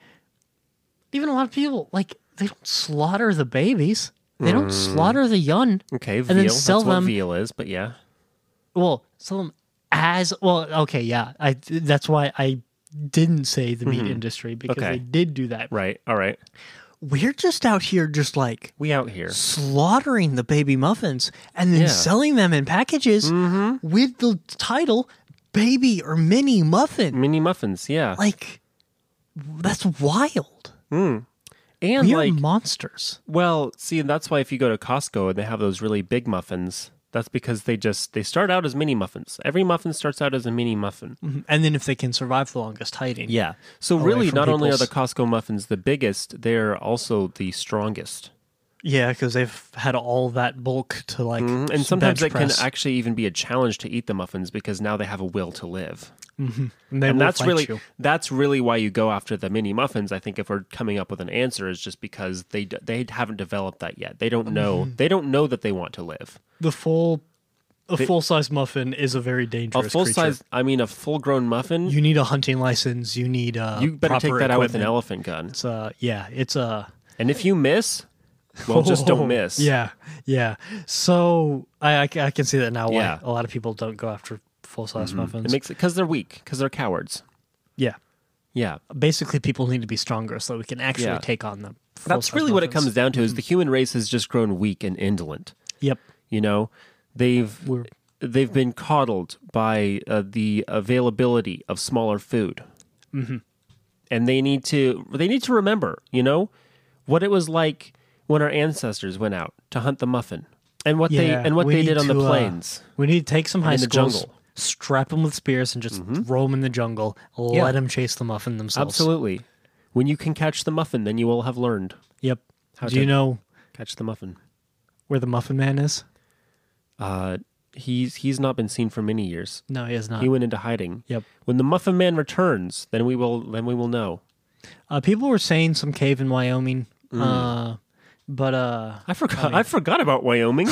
[SPEAKER 2] even a lot of people like they don't slaughter the babies. They
[SPEAKER 1] Mm.
[SPEAKER 2] don't slaughter the young.
[SPEAKER 1] Okay. Veal.
[SPEAKER 2] then sell
[SPEAKER 1] That's what
[SPEAKER 2] them-
[SPEAKER 1] veal is, but yeah.
[SPEAKER 2] well sell them as well okay yeah i that's why i didn't say the meat industry because
[SPEAKER 1] Mm-hmm. Okay.
[SPEAKER 2] they did do that
[SPEAKER 1] Right. All right.
[SPEAKER 2] we're just out here just like
[SPEAKER 1] We out here.
[SPEAKER 2] slaughtering the baby muffins and then
[SPEAKER 1] Yeah. Mm-hmm.
[SPEAKER 2] selling them in packages with the title baby or mini muffin
[SPEAKER 1] Mini muffins. Yeah.
[SPEAKER 2] like that's wild
[SPEAKER 1] and
[SPEAKER 2] we
[SPEAKER 1] like
[SPEAKER 2] are monsters
[SPEAKER 1] Well, see, and that's why if you go to Costco and they have those really big muffins, that's because they just they start out as mini muffins. Every muffin starts out as a mini muffin.
[SPEAKER 2] and then if they can survive the longest hiding
[SPEAKER 1] Yeah. So really,
[SPEAKER 2] from
[SPEAKER 1] not only are the
[SPEAKER 2] people's-
[SPEAKER 1] Costco muffins the biggest, they're also the strongest.
[SPEAKER 2] yeah because they've had all that bulk to like
[SPEAKER 1] Mhm. And sometimes it can actually even be a challenge to eat the muffins because now they have a will to live. And that's really that's really why you go after the mini muffins. I think if we're coming up with an answer is just because they d- they haven't developed that yet. They don't know
[SPEAKER 2] Mm-hmm.
[SPEAKER 1] they don't know that they want to live.
[SPEAKER 2] the full a full size muffin is a very dangerous
[SPEAKER 1] a full
[SPEAKER 2] creature.
[SPEAKER 1] size i mean a full grown muffin you,
[SPEAKER 2] You need a hunting license. You need uh
[SPEAKER 1] better take
[SPEAKER 2] proper
[SPEAKER 1] that out with an
[SPEAKER 2] equipment.
[SPEAKER 1] elephant gun
[SPEAKER 2] It's uh yeah, it's a
[SPEAKER 1] and if you miss well just
[SPEAKER 2] Oh,
[SPEAKER 1] don't miss
[SPEAKER 2] Yeah, yeah. So I I, I can see that now. Why
[SPEAKER 1] Yeah. Mm-hmm.
[SPEAKER 2] a lot of people don't go after full size
[SPEAKER 1] it
[SPEAKER 2] muffins.
[SPEAKER 1] makes it because they're weak because they're cowards
[SPEAKER 2] yeah,
[SPEAKER 1] yeah
[SPEAKER 2] basically people need to be stronger so we can actually
[SPEAKER 1] Yeah.
[SPEAKER 2] take on them.
[SPEAKER 1] that's really what it comes down to is
[SPEAKER 2] Mm-hmm.
[SPEAKER 1] the human race has just grown weak and indolent
[SPEAKER 2] Yep.
[SPEAKER 1] you know they've
[SPEAKER 2] We're-
[SPEAKER 1] they've been coddled by uh, the availability of smaller food
[SPEAKER 2] Mm-hmm.
[SPEAKER 1] and they need to they need to remember you know what it was like when our ancestors went out to hunt the muffin and what they
[SPEAKER 2] Yeah,
[SPEAKER 1] and what
[SPEAKER 2] we
[SPEAKER 1] they
[SPEAKER 2] need
[SPEAKER 1] did on the
[SPEAKER 2] to, uh,
[SPEAKER 1] plains
[SPEAKER 2] we need to take some high
[SPEAKER 1] in the
[SPEAKER 2] schools,
[SPEAKER 1] jungle. Mm-hmm.
[SPEAKER 2] strap them with spears, and just roam in the jungle. Let them chase the muffin themselves.
[SPEAKER 1] absolutely when you can catch the muffin then you will have learned
[SPEAKER 2] Yep.
[SPEAKER 1] How
[SPEAKER 2] Do
[SPEAKER 1] to-
[SPEAKER 2] you know
[SPEAKER 1] catch the muffin
[SPEAKER 2] where the Muffin Man is?
[SPEAKER 1] uh he's he's not been seen for many years
[SPEAKER 2] No, he is not.
[SPEAKER 1] he went into hiding
[SPEAKER 2] Yep.
[SPEAKER 1] when the muffin man returns then we will then we will know
[SPEAKER 2] Uh, people were saying some cave in Wyoming.
[SPEAKER 1] Mm.
[SPEAKER 2] Uh, but uh,
[SPEAKER 1] i forgot i forgot about wyoming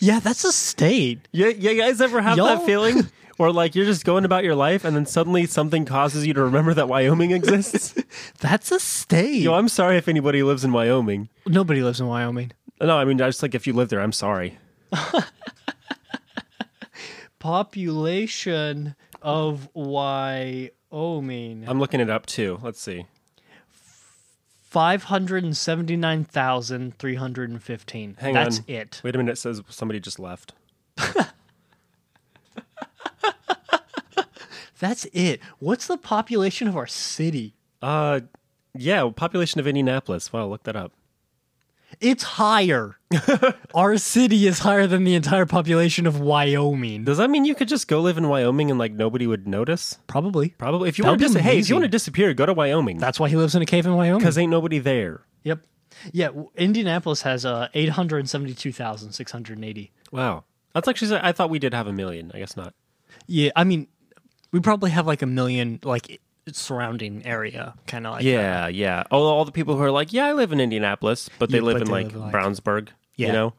[SPEAKER 2] yeah, that's a state.
[SPEAKER 1] Yeah, yeah, you guys ever have that
[SPEAKER 2] Y'all-
[SPEAKER 1] feeling? Or like you're just going about your life and then suddenly something causes you to remember that Wyoming exists?
[SPEAKER 2] That's a state.
[SPEAKER 1] Yo, I'm sorry if anybody lives in Wyoming.
[SPEAKER 2] Nobody lives in Wyoming.
[SPEAKER 1] No, I mean, I just like if you live there, I'm sorry.
[SPEAKER 2] Population of Wyoming
[SPEAKER 1] I'm looking it up too. Let's see.
[SPEAKER 2] five hundred and seventy nine thousand three hundred and fifteen.
[SPEAKER 1] Hang
[SPEAKER 2] that's
[SPEAKER 1] on.
[SPEAKER 2] it.
[SPEAKER 1] Wait a minute, it says somebody just left.
[SPEAKER 2] That's it. What's the population of our city?
[SPEAKER 1] Uh, yeah, well, population of Indianapolis. Wow, look that up.
[SPEAKER 2] It's higher. our city is higher than the entire population of Wyoming.
[SPEAKER 1] Does that mean you could just go live in Wyoming and like nobody would notice?
[SPEAKER 2] Probably.
[SPEAKER 1] Probably. If you
[SPEAKER 2] That
[SPEAKER 1] want to
[SPEAKER 2] would be
[SPEAKER 1] dis- hey, if you
[SPEAKER 2] amazing.
[SPEAKER 1] want to disappear, go to Wyoming.
[SPEAKER 2] That's why he lives in a cave in Wyoming.
[SPEAKER 1] Because ain't nobody there.
[SPEAKER 2] Yep. Yeah, w- Indianapolis has uh, 872,680.
[SPEAKER 1] Wow, that's actually. I thought we did have a million. I guess not.
[SPEAKER 2] Yeah, I mean, we probably have like a million, like surrounding area, kind of like.
[SPEAKER 1] Yeah, yeah. All, all the people who are like, yeah, I live in Indianapolis, but they
[SPEAKER 2] Yeah,
[SPEAKER 1] live
[SPEAKER 2] but
[SPEAKER 1] in
[SPEAKER 2] they
[SPEAKER 1] like
[SPEAKER 2] live in, like-
[SPEAKER 1] Brownsburg, you
[SPEAKER 2] Yeah.
[SPEAKER 1] know?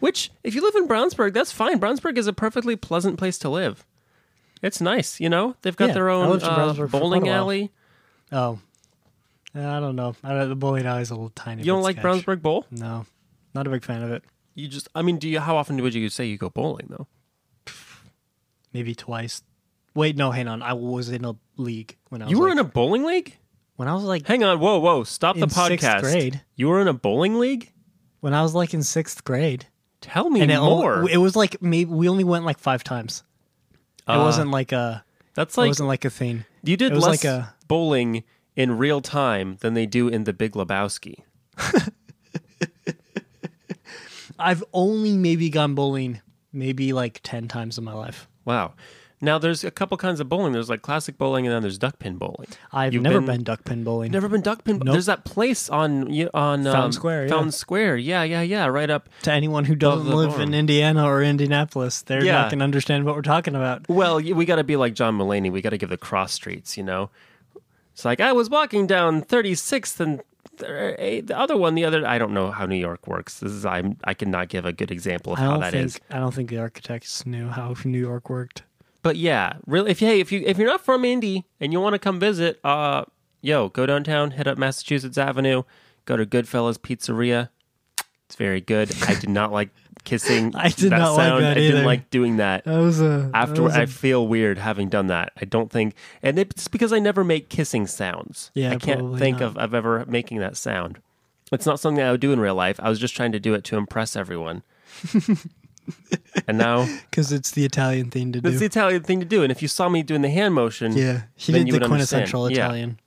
[SPEAKER 1] Which, if you live in Brownsburg, that's fine. Brownsburg is a perfectly pleasant place to live. It's nice, you know? They've got
[SPEAKER 2] Yeah,
[SPEAKER 1] their
[SPEAKER 2] I
[SPEAKER 1] own
[SPEAKER 2] lived in
[SPEAKER 1] uh,
[SPEAKER 2] Brownsburg for
[SPEAKER 1] bowling
[SPEAKER 2] quite a while.
[SPEAKER 1] alley.
[SPEAKER 2] Oh, I don't know. I don't, the bowling alley is a little tiny.
[SPEAKER 1] You don't like
[SPEAKER 2] bit sketch.
[SPEAKER 1] Brownsburg Bowl?
[SPEAKER 2] No, not a big fan of it.
[SPEAKER 1] You just, I mean, do you, how often would you say you go bowling, though?
[SPEAKER 2] Maybe twice. Wait, no, hang on. I was in a league when I was
[SPEAKER 1] You were
[SPEAKER 2] like,
[SPEAKER 1] in a bowling league?
[SPEAKER 2] when I was like
[SPEAKER 1] Hang on, whoa, whoa, stop the
[SPEAKER 2] In sixth
[SPEAKER 1] podcast.
[SPEAKER 2] grade.
[SPEAKER 1] You were in a bowling league?
[SPEAKER 2] when I was like in sixth grade,
[SPEAKER 1] Tell me
[SPEAKER 2] it, only-
[SPEAKER 1] more.
[SPEAKER 2] it was like maybe we only went like five times. It wasn't like a.
[SPEAKER 1] That's
[SPEAKER 2] it
[SPEAKER 1] Uh, like,
[SPEAKER 2] wasn't like a thing.
[SPEAKER 1] you did
[SPEAKER 2] it was
[SPEAKER 1] less
[SPEAKER 2] like a-
[SPEAKER 1] bowling in real time than they do in the Big Lebowski.
[SPEAKER 2] I've only maybe gone bowling maybe like 10 times in my life.
[SPEAKER 1] Wow. Now there's a couple kinds of bowling. There's like classic bowling, and then there's duck pin bowling.
[SPEAKER 2] I've
[SPEAKER 1] You've
[SPEAKER 2] never been, duck pin bowling.
[SPEAKER 1] Never been duck pin.
[SPEAKER 2] Nope.
[SPEAKER 1] There's that place on you- on um,
[SPEAKER 2] Fountain Square, yeah.
[SPEAKER 1] Fountain Square. Yeah, yeah, yeah. Right up.
[SPEAKER 2] to anyone who doesn't
[SPEAKER 1] the
[SPEAKER 2] live
[SPEAKER 1] barn.
[SPEAKER 2] in Indiana or Indianapolis, they're
[SPEAKER 1] Yeah.
[SPEAKER 2] not going to understand what we're talking about.
[SPEAKER 1] Well, y- we got to be like John Mulaney. We got to give the cross streets. You know, it's like I was walking down 36th and th- eh, the other one, the other. I don't know how New York works. This is I'm I cannot give a good example of
[SPEAKER 2] I
[SPEAKER 1] how
[SPEAKER 2] don't
[SPEAKER 1] Oh, that is.
[SPEAKER 2] think I don't think the architects knew how New York worked.
[SPEAKER 1] But yeah, really, if hey, if you if you're not from Indy and you want to come visit, uh, yo, go downtown, hit up Massachusetts Avenue, go to Goodfellas Pizzeria. It's very good. I did not like kissing.
[SPEAKER 2] I did not like that
[SPEAKER 1] I didn't
[SPEAKER 2] either.
[SPEAKER 1] like doing that.
[SPEAKER 2] That was a
[SPEAKER 1] After I feel weird having done that. I don't think, and it's because I never make kissing sounds.
[SPEAKER 2] Yeah,
[SPEAKER 1] I can't
[SPEAKER 2] probably
[SPEAKER 1] think
[SPEAKER 2] not.
[SPEAKER 1] of of ever making that sound. It's not something I would do in real life. I was just trying to do it to impress everyone. and now
[SPEAKER 2] because it's the Italian thing to
[SPEAKER 1] that's the
[SPEAKER 2] do.
[SPEAKER 1] Italian thing to do. And if you saw me doing the hand motion,
[SPEAKER 2] Yeah, he
[SPEAKER 1] then
[SPEAKER 2] did
[SPEAKER 1] you
[SPEAKER 2] the
[SPEAKER 1] would understand.
[SPEAKER 2] quintessential
[SPEAKER 1] Yeah.
[SPEAKER 2] Italian.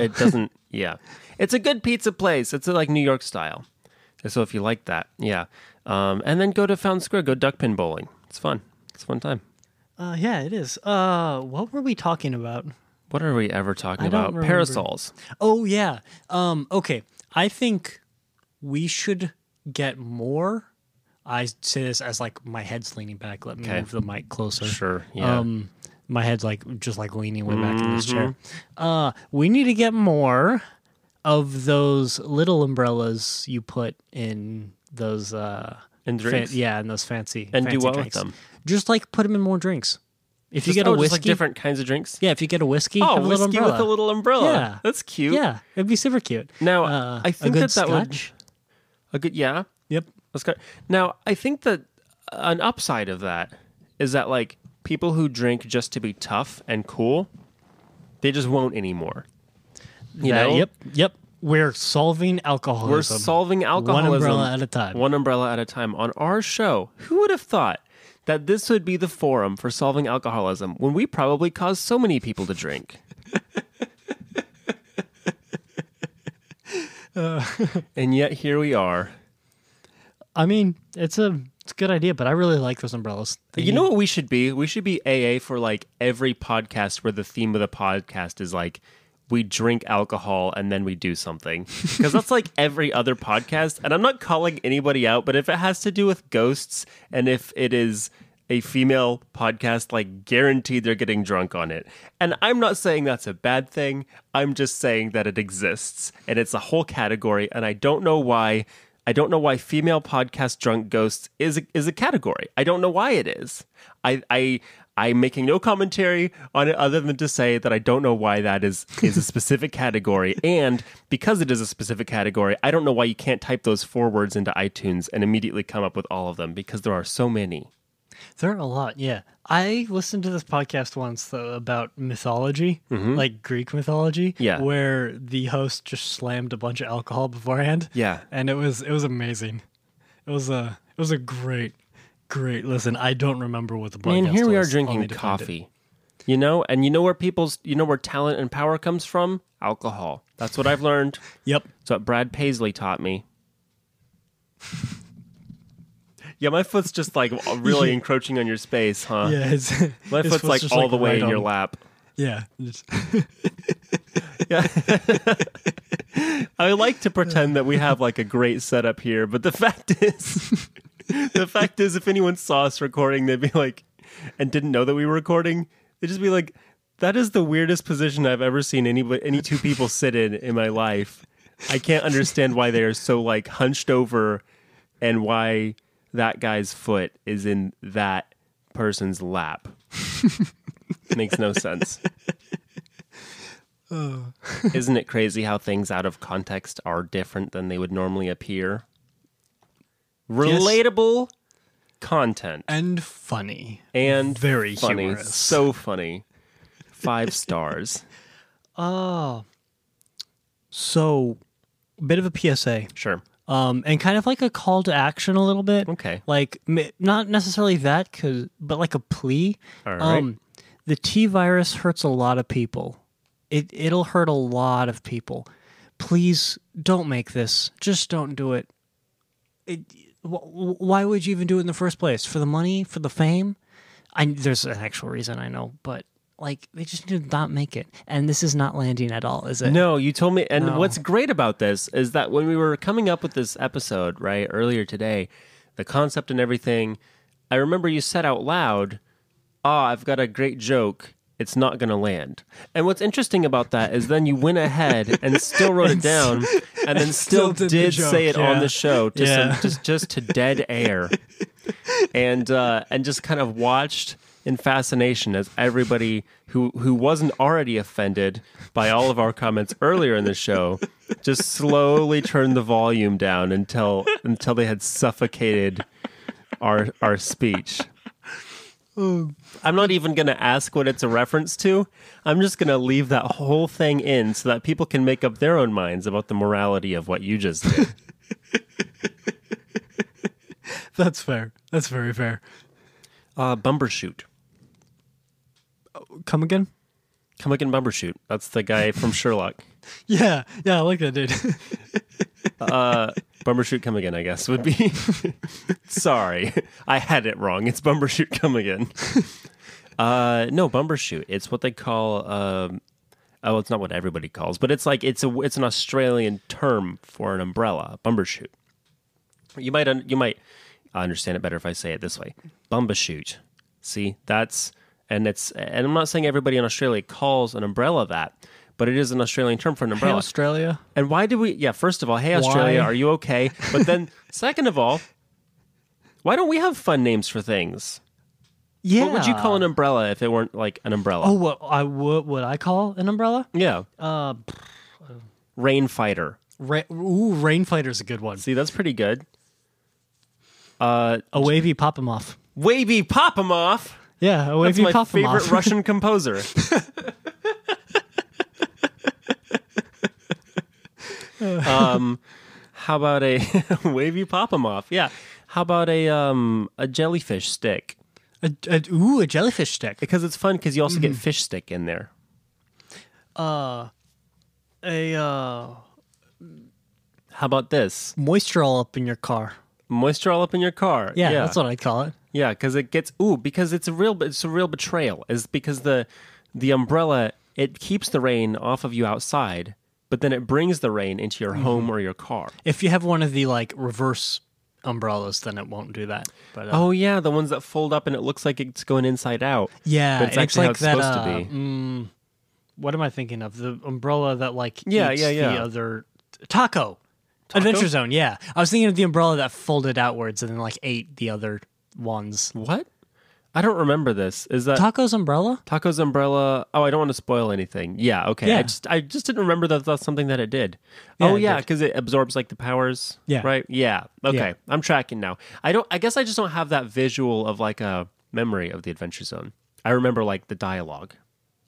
[SPEAKER 1] it doesn't. Yeah, it's a good pizza place. It's uh, like New York style. So if you like that, yeah, um, and then go to Fountain Square, go duck pin bowling. It's fun. It's a fun time.
[SPEAKER 2] Uh, yeah, it is. Uh, what were we talking about?
[SPEAKER 1] What are we ever talking
[SPEAKER 2] I don't
[SPEAKER 1] about?
[SPEAKER 2] remember.
[SPEAKER 1] Parasols.
[SPEAKER 2] Oh yeah. Um, okay. I think we should get more. I say this as like my head's leaning back. Let me
[SPEAKER 1] Okay.
[SPEAKER 2] move the mic closer.
[SPEAKER 1] Sure. Yeah.
[SPEAKER 2] Um, my head's like just like leaning way back in this chair.
[SPEAKER 1] Mm-hmm.
[SPEAKER 2] Uh, we need to get more of those little umbrellas you put in those uh
[SPEAKER 1] And
[SPEAKER 2] fa-
[SPEAKER 1] drinks?
[SPEAKER 2] yeah, and those fancy
[SPEAKER 1] And do
[SPEAKER 2] fancy
[SPEAKER 1] what with
[SPEAKER 2] drinks.
[SPEAKER 1] them?
[SPEAKER 2] Just like put them in more drinks. If
[SPEAKER 1] Just-
[SPEAKER 2] you get
[SPEAKER 1] oh,
[SPEAKER 2] a whiskey,
[SPEAKER 1] just like different kinds of drinks.
[SPEAKER 2] yeah, if you get a whiskey,
[SPEAKER 1] Oh,
[SPEAKER 2] have a little
[SPEAKER 1] whiskey
[SPEAKER 2] umbrella.
[SPEAKER 1] with a little umbrella.
[SPEAKER 2] Yeah.
[SPEAKER 1] That's cute.
[SPEAKER 2] Yeah, it'd be super cute.
[SPEAKER 1] Now
[SPEAKER 2] Uh,
[SPEAKER 1] I
[SPEAKER 2] a
[SPEAKER 1] think
[SPEAKER 2] good
[SPEAKER 1] that that
[SPEAKER 2] scotch?
[SPEAKER 1] would a good yeah.
[SPEAKER 2] Yep.
[SPEAKER 1] That's good. Now, I think that an upside of that is that like people who drink just to be tough and cool, they just won't anymore. You
[SPEAKER 2] That-
[SPEAKER 1] know?
[SPEAKER 2] Yep. Yep. We're solving alcoholism.
[SPEAKER 1] We're solving alcoholism
[SPEAKER 2] One umbrella at a time.
[SPEAKER 1] One umbrella at a time on our show. Who would have thought that this would be the forum for solving alcoholism when we probably caused so many people to drink? and yet here we are.
[SPEAKER 2] I mean, it's a it's a good idea, but I really like those umbrellas. They
[SPEAKER 1] You know what we should be? We should be AA for like every podcast where the theme of the podcast is like we drink alcohol and then we do something. Cuz that's like every other podcast and I'm not calling anybody out, but if it has to do with ghosts and if it is a female podcast like guaranteed they're getting drunk on it. And I'm not saying that's a bad thing. I'm just saying that it exists and it's a whole category and I don't know why I don't know why female podcast drunk ghosts is a, is a category. I don't know why it is. I I I'm making no commentary on it other than to say that I don't know why that is is a specific category and because it is a specific category, I don't know why you can't type those four words into iTunes and immediately come up with all of them because there are so many.
[SPEAKER 2] There are a lot, yeah. I listened to this podcast once though about mythology, like Greek mythology,
[SPEAKER 1] Mm-hmm. Yeah.
[SPEAKER 2] where the host just slammed a bunch of alcohol beforehand.
[SPEAKER 1] Yeah.
[SPEAKER 2] And it was it was amazing. It was a it was a great great listen. I don't remember what the podcast
[SPEAKER 1] And here we are
[SPEAKER 2] was. I'll
[SPEAKER 1] drinking
[SPEAKER 2] need to find it.
[SPEAKER 1] coffee. You know, and you know where people's you know where talent and power comes from? Alcohol. That's what I've learned.
[SPEAKER 2] Yep.
[SPEAKER 1] It's what Brad Paisley taught me. yeah, my foot's just like really encroaching on your space, huh?
[SPEAKER 2] Yeah, it's,
[SPEAKER 1] my
[SPEAKER 2] his
[SPEAKER 1] foot's
[SPEAKER 2] foot's
[SPEAKER 1] like
[SPEAKER 2] just,
[SPEAKER 1] all the way
[SPEAKER 2] right
[SPEAKER 1] in your
[SPEAKER 2] on-
[SPEAKER 1] lap.
[SPEAKER 2] Yeah, just-
[SPEAKER 1] I like to pretend that we have like a great setup here, but the fact is, the fact is, if anyone saw us recording, they'd be like, and didn't know that we were recording, they'd just be like, that is the weirdest position I've ever seen any any two people sit in in my life. I can't understand why they are so like hunched over, and why that guy's foot is in that person's lap. Makes no sense. Isn't it crazy how things out of context are different than they would normally appear? Relatable content
[SPEAKER 2] and funny.
[SPEAKER 1] and
[SPEAKER 2] very
[SPEAKER 1] funny,
[SPEAKER 2] humorous.
[SPEAKER 1] so funny. Five stars.
[SPEAKER 2] So, bit of a PSA.
[SPEAKER 1] Sure.
[SPEAKER 2] um, and kind of like a call to action a little bit.
[SPEAKER 1] Okay.
[SPEAKER 2] Like m- not necessarily that, cause but like a plea.
[SPEAKER 1] All
[SPEAKER 2] Um, the T virus hurts a lot of people. It it'll hurt a lot of people. Please don't make this. Just don't do it. It. wh- wh- Why would you even do it in the first place? For the money? For the fame? I there's an actual reason I know, but like they just did not make it, and this is not landing at all, is it?
[SPEAKER 1] No, you told me. And
[SPEAKER 2] No.
[SPEAKER 1] what's great about this is that when we were coming up with this episode, right, earlier today, the concept and everything, I remember you said out loud, Ah, I've got a great joke. It's not going to land. And what's interesting about that is then you went ahead and still wrote it down and then still,
[SPEAKER 2] still did the
[SPEAKER 1] did
[SPEAKER 2] joke,
[SPEAKER 1] say it on
[SPEAKER 2] yeah.
[SPEAKER 1] the show to some-
[SPEAKER 2] Yeah.
[SPEAKER 1] just, just to dead air and uh, and just kind of watched in fascination as everybody who who wasn't already offended by all of our comments earlier in the show just slowly turned the volume down until until they had suffocated our our speech. I'm not even going to ask what it's a reference to. I'm just going to leave that whole thing in so that people can make up their own minds about the morality of what you just did.
[SPEAKER 2] That's fair. That's very fair.
[SPEAKER 1] Uh, Bumbershoot.
[SPEAKER 2] Come again?
[SPEAKER 1] Come again, Bumbershoot. That's the guy from Sherlock.
[SPEAKER 2] Yeah, yeah, I like that dude.
[SPEAKER 1] Bumbershoot come again, I guess, would be. Sorry, I had it wrong. It's Bumbershoot come again. Uh, no, Bumbershoot. It's what they call. Um, oh, it's not what everybody calls, but it's like it's a it's an Australian term for an umbrella. Bumbershoot. You might un- you might understand it better if I say it this way. Bumbershoot. See, that's and it's and I'm not saying everybody in Australia calls an umbrella that, but it is an Australian term for an umbrella.
[SPEAKER 2] Australia.
[SPEAKER 1] And why do we? Yeah, first of all, hey Australia,
[SPEAKER 2] Why?
[SPEAKER 1] are you okay? But then, second of all, why don't we have fun names for things?
[SPEAKER 2] Yeah.
[SPEAKER 1] What would you call an umbrella if it weren't like an umbrella?
[SPEAKER 2] Oh, what I what would I call an umbrella?
[SPEAKER 1] yeah,
[SPEAKER 2] Uh,
[SPEAKER 1] rain fighter.
[SPEAKER 2] ra- ooh, rain fighter's a good one.
[SPEAKER 1] See, that's pretty good.
[SPEAKER 2] A wavy pop 'em off.
[SPEAKER 1] Wavy Popimov.
[SPEAKER 2] Yeah, a
[SPEAKER 1] That's
[SPEAKER 2] wavy
[SPEAKER 1] my
[SPEAKER 2] pop 'em
[SPEAKER 1] favorite
[SPEAKER 2] off.
[SPEAKER 1] Russian composer. um, how about a wavy Popimov? Yeah. How about a um a jellyfish stick?
[SPEAKER 2] a, a, ooh, a jellyfish stick.
[SPEAKER 1] Because it's fun because you also
[SPEAKER 2] Mm-hmm.
[SPEAKER 1] get fish stick in there.
[SPEAKER 2] A uh,
[SPEAKER 1] How about this?
[SPEAKER 2] moisture all up in your car.
[SPEAKER 1] Moisture all up in your car.
[SPEAKER 2] Yeah, that's what I'd call it.
[SPEAKER 1] Yeah, because it gets ooh, because it's a real, it's a real betrayal. Is because the the umbrella it keeps the rain off of you outside, but then it brings the rain into your
[SPEAKER 2] Mm-hmm.
[SPEAKER 1] home or your car.
[SPEAKER 2] If you have one of the like reverse umbrellas, then it won't do that. But uh,
[SPEAKER 1] Oh yeah, the ones that fold up and it looks like it's going inside out.
[SPEAKER 2] yeah,
[SPEAKER 1] but it's
[SPEAKER 2] and
[SPEAKER 1] actually
[SPEAKER 2] it's
[SPEAKER 1] how
[SPEAKER 2] like
[SPEAKER 1] it's
[SPEAKER 2] that.
[SPEAKER 1] supposed to
[SPEAKER 2] uh, mm, what am I thinking of? The umbrella that like
[SPEAKER 1] Yeah,
[SPEAKER 2] eats
[SPEAKER 1] yeah, yeah.
[SPEAKER 2] the other taco. Adventure Zone. Yeah, I was thinking of the umbrella that folded outwards and then like ate the other ones.
[SPEAKER 1] What? I don't remember this. Is that
[SPEAKER 2] Taco's umbrella.
[SPEAKER 1] Taco's umbrella. Oh, I don't want to spoil anything. Yeah, okay. I
[SPEAKER 2] Yeah.
[SPEAKER 1] just I just didn't remember that that's something that it did.
[SPEAKER 2] Yeah,
[SPEAKER 1] oh
[SPEAKER 2] it
[SPEAKER 1] yeah,
[SPEAKER 2] did.
[SPEAKER 1] because it absorbs like the powers.
[SPEAKER 2] Yeah.
[SPEAKER 1] Right. Yeah. Okay.
[SPEAKER 2] Yeah.
[SPEAKER 1] I'm tracking now. I don't. I guess I just don't have that visual of like a memory of the Adventure Zone. I remember like the dialogue.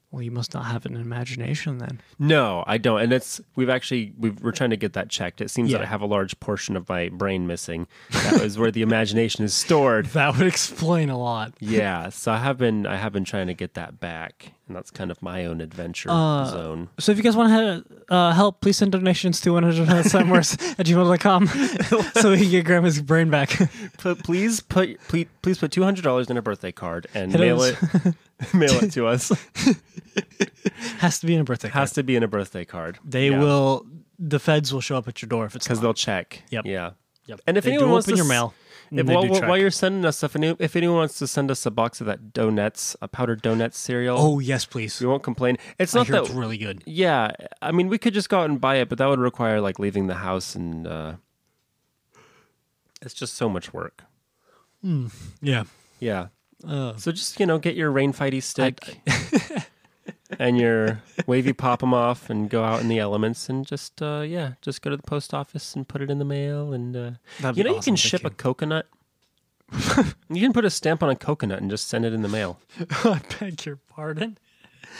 [SPEAKER 2] Well, you must not have an imagination then.
[SPEAKER 1] No, I don't. And it's we've actually we've, we're trying to get that checked. It seems that
[SPEAKER 2] Yeah.
[SPEAKER 1] I have a large portion of my brain missing. That is where the imagination is stored.
[SPEAKER 2] That would explain a lot.
[SPEAKER 1] Yeah. So I have been I have been trying to get that back, and that's kind of my own adventure
[SPEAKER 2] Uh,
[SPEAKER 1] zone.
[SPEAKER 2] So if you guys want to uh, help, please send donations to 100 somewheres at gmail.com so we can get grandma's brain back.
[SPEAKER 1] put, please put please, please put two hundred dollars in a birthday card and
[SPEAKER 2] Hit
[SPEAKER 1] mail
[SPEAKER 2] us.
[SPEAKER 1] it mail it to us.
[SPEAKER 2] Has to be in a birthday card.
[SPEAKER 1] Has to be in a birthday card.
[SPEAKER 2] They will, the feds will show up at your door if it's
[SPEAKER 1] because
[SPEAKER 2] not.
[SPEAKER 1] they'll check.
[SPEAKER 2] Yep.
[SPEAKER 1] Yeah.
[SPEAKER 2] Yep.
[SPEAKER 1] And if
[SPEAKER 2] They
[SPEAKER 1] anyone
[SPEAKER 2] do
[SPEAKER 1] wants
[SPEAKER 2] open
[SPEAKER 1] to
[SPEAKER 2] your
[SPEAKER 1] s-
[SPEAKER 2] mail, and
[SPEAKER 1] If,
[SPEAKER 2] they
[SPEAKER 1] while,
[SPEAKER 2] do
[SPEAKER 1] while
[SPEAKER 2] track.
[SPEAKER 1] you're sending us stuff, and if anyone wants to send us a box of that donuts, a powdered donut cereal,
[SPEAKER 2] Oh, yes, please.
[SPEAKER 1] we won't complain. It's
[SPEAKER 2] I
[SPEAKER 1] not
[SPEAKER 2] hear
[SPEAKER 1] that.
[SPEAKER 2] it's really good.
[SPEAKER 1] yeah, I mean, we could just go out and buy it, but that would require like leaving the house, and uh, it's just so much work.
[SPEAKER 2] Yeah.
[SPEAKER 1] Yeah. so just you know, get your rain fighty stick and your wavy pop 'em off, and go out in the elements, and just uh, yeah, just go to the post office and put it in the mail, and uh,
[SPEAKER 2] That'd be
[SPEAKER 1] you know you
[SPEAKER 2] awesome,
[SPEAKER 1] can
[SPEAKER 2] thank
[SPEAKER 1] ship a
[SPEAKER 2] you.
[SPEAKER 1] coconut. you can put a stamp on a coconut and just send it in the mail.
[SPEAKER 2] I beg your pardon.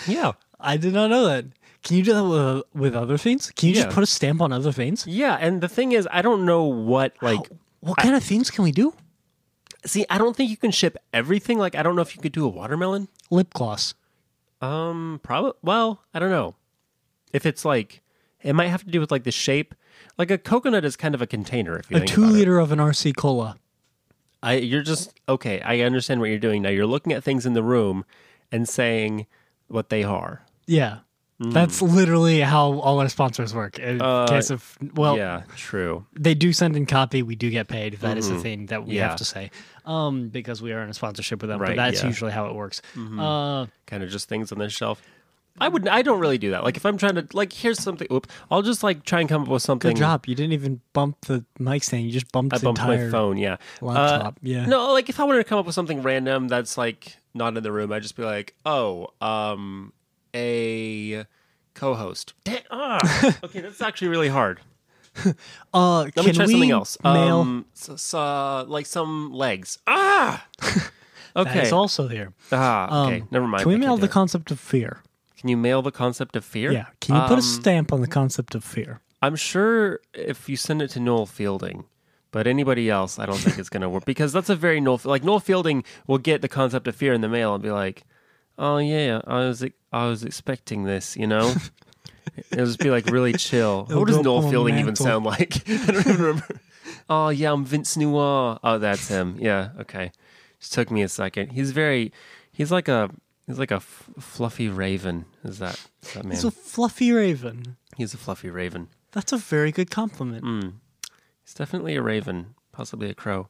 [SPEAKER 1] Yeah,
[SPEAKER 2] I did not know that. Can you do that with, uh, with other things? Can you
[SPEAKER 1] Yeah.
[SPEAKER 2] just put a stamp on other things?
[SPEAKER 1] yeah. And the thing is, I don't know what like.
[SPEAKER 2] What kind of things can we do?
[SPEAKER 1] See, I don't think you can ship everything. Like, I don't know if you could do a watermelon.
[SPEAKER 2] Lip gloss.
[SPEAKER 1] Um, probably. Well, I don't know. If it's like, it might have to do with like the shape. Like a coconut is kind of a container. If you
[SPEAKER 2] A
[SPEAKER 1] think
[SPEAKER 2] two
[SPEAKER 1] about it.
[SPEAKER 2] liter of an RC cola.
[SPEAKER 1] I you're just okay. I understand what you're doing now. You're looking at things in the room and saying what they are.
[SPEAKER 2] Yeah.
[SPEAKER 1] Mm.
[SPEAKER 2] That's literally how all our sponsors work. In case of well,
[SPEAKER 1] Uh, yeah, true.
[SPEAKER 2] they do send in copy. We do get paid. That is the thing that we
[SPEAKER 1] Mm-hmm. Yeah.
[SPEAKER 2] have to say, um, because we are in a sponsorship with them.
[SPEAKER 1] Right,
[SPEAKER 2] but that's
[SPEAKER 1] yeah. Mm-hmm.
[SPEAKER 2] usually how it works. Uh,
[SPEAKER 1] Kind of just things on the shelf. I would. I don't really do that. Like if I'm trying to like here's something. Oop, I'll just like try and come up with something.
[SPEAKER 2] good job. You didn't even bump the mic stand. You just bumped
[SPEAKER 1] I
[SPEAKER 2] the
[SPEAKER 1] bumped
[SPEAKER 2] entire.
[SPEAKER 1] my phone. Yeah, Uh,
[SPEAKER 2] laptop, yeah.
[SPEAKER 1] No, like if I wanted to come up with something random that's like not in the room, I'd just be like, oh, um, a co-host. Da- ah. okay, that's actually really hard.
[SPEAKER 2] Uh,
[SPEAKER 1] Let
[SPEAKER 2] can
[SPEAKER 1] me try
[SPEAKER 2] we
[SPEAKER 1] something else.
[SPEAKER 2] Mail?
[SPEAKER 1] Um, s- s- uh, like some legs. Ah. Okay.
[SPEAKER 2] That is also here.
[SPEAKER 1] ah. Okay.
[SPEAKER 2] Um,
[SPEAKER 1] Never mind.
[SPEAKER 2] Can
[SPEAKER 1] I
[SPEAKER 2] we
[SPEAKER 1] can't
[SPEAKER 2] mail
[SPEAKER 1] do
[SPEAKER 2] the
[SPEAKER 1] it.
[SPEAKER 2] concept of fear?
[SPEAKER 1] Can you mail the concept of fear?
[SPEAKER 2] Yeah. Can you put
[SPEAKER 1] Um,
[SPEAKER 2] a stamp on the concept of fear?
[SPEAKER 1] I'm sure if you send it to Noel Fielding, but anybody else, I don't think it's going to work because that's a very Noel. Like Noel Fielding will get the concept of fear in the mail and be like, "Oh yeah, I was I was expecting this," you know. It'll just be like really chill.
[SPEAKER 2] It'll
[SPEAKER 1] What does
[SPEAKER 2] go up
[SPEAKER 1] Noel
[SPEAKER 2] on the
[SPEAKER 1] Fielding even
[SPEAKER 2] mantle.
[SPEAKER 1] sound like? I don't even remember. Oh yeah, I'm Vince Noir. Oh, that's him. Yeah, okay. Just took me a second. He's very, he's like a, he's like a f- fluffy raven. Is that is that man?
[SPEAKER 2] It's a fluffy raven.
[SPEAKER 1] he's a fluffy raven.
[SPEAKER 2] That's a very good compliment.
[SPEAKER 1] Mm. It's definitely a raven, possibly a crow.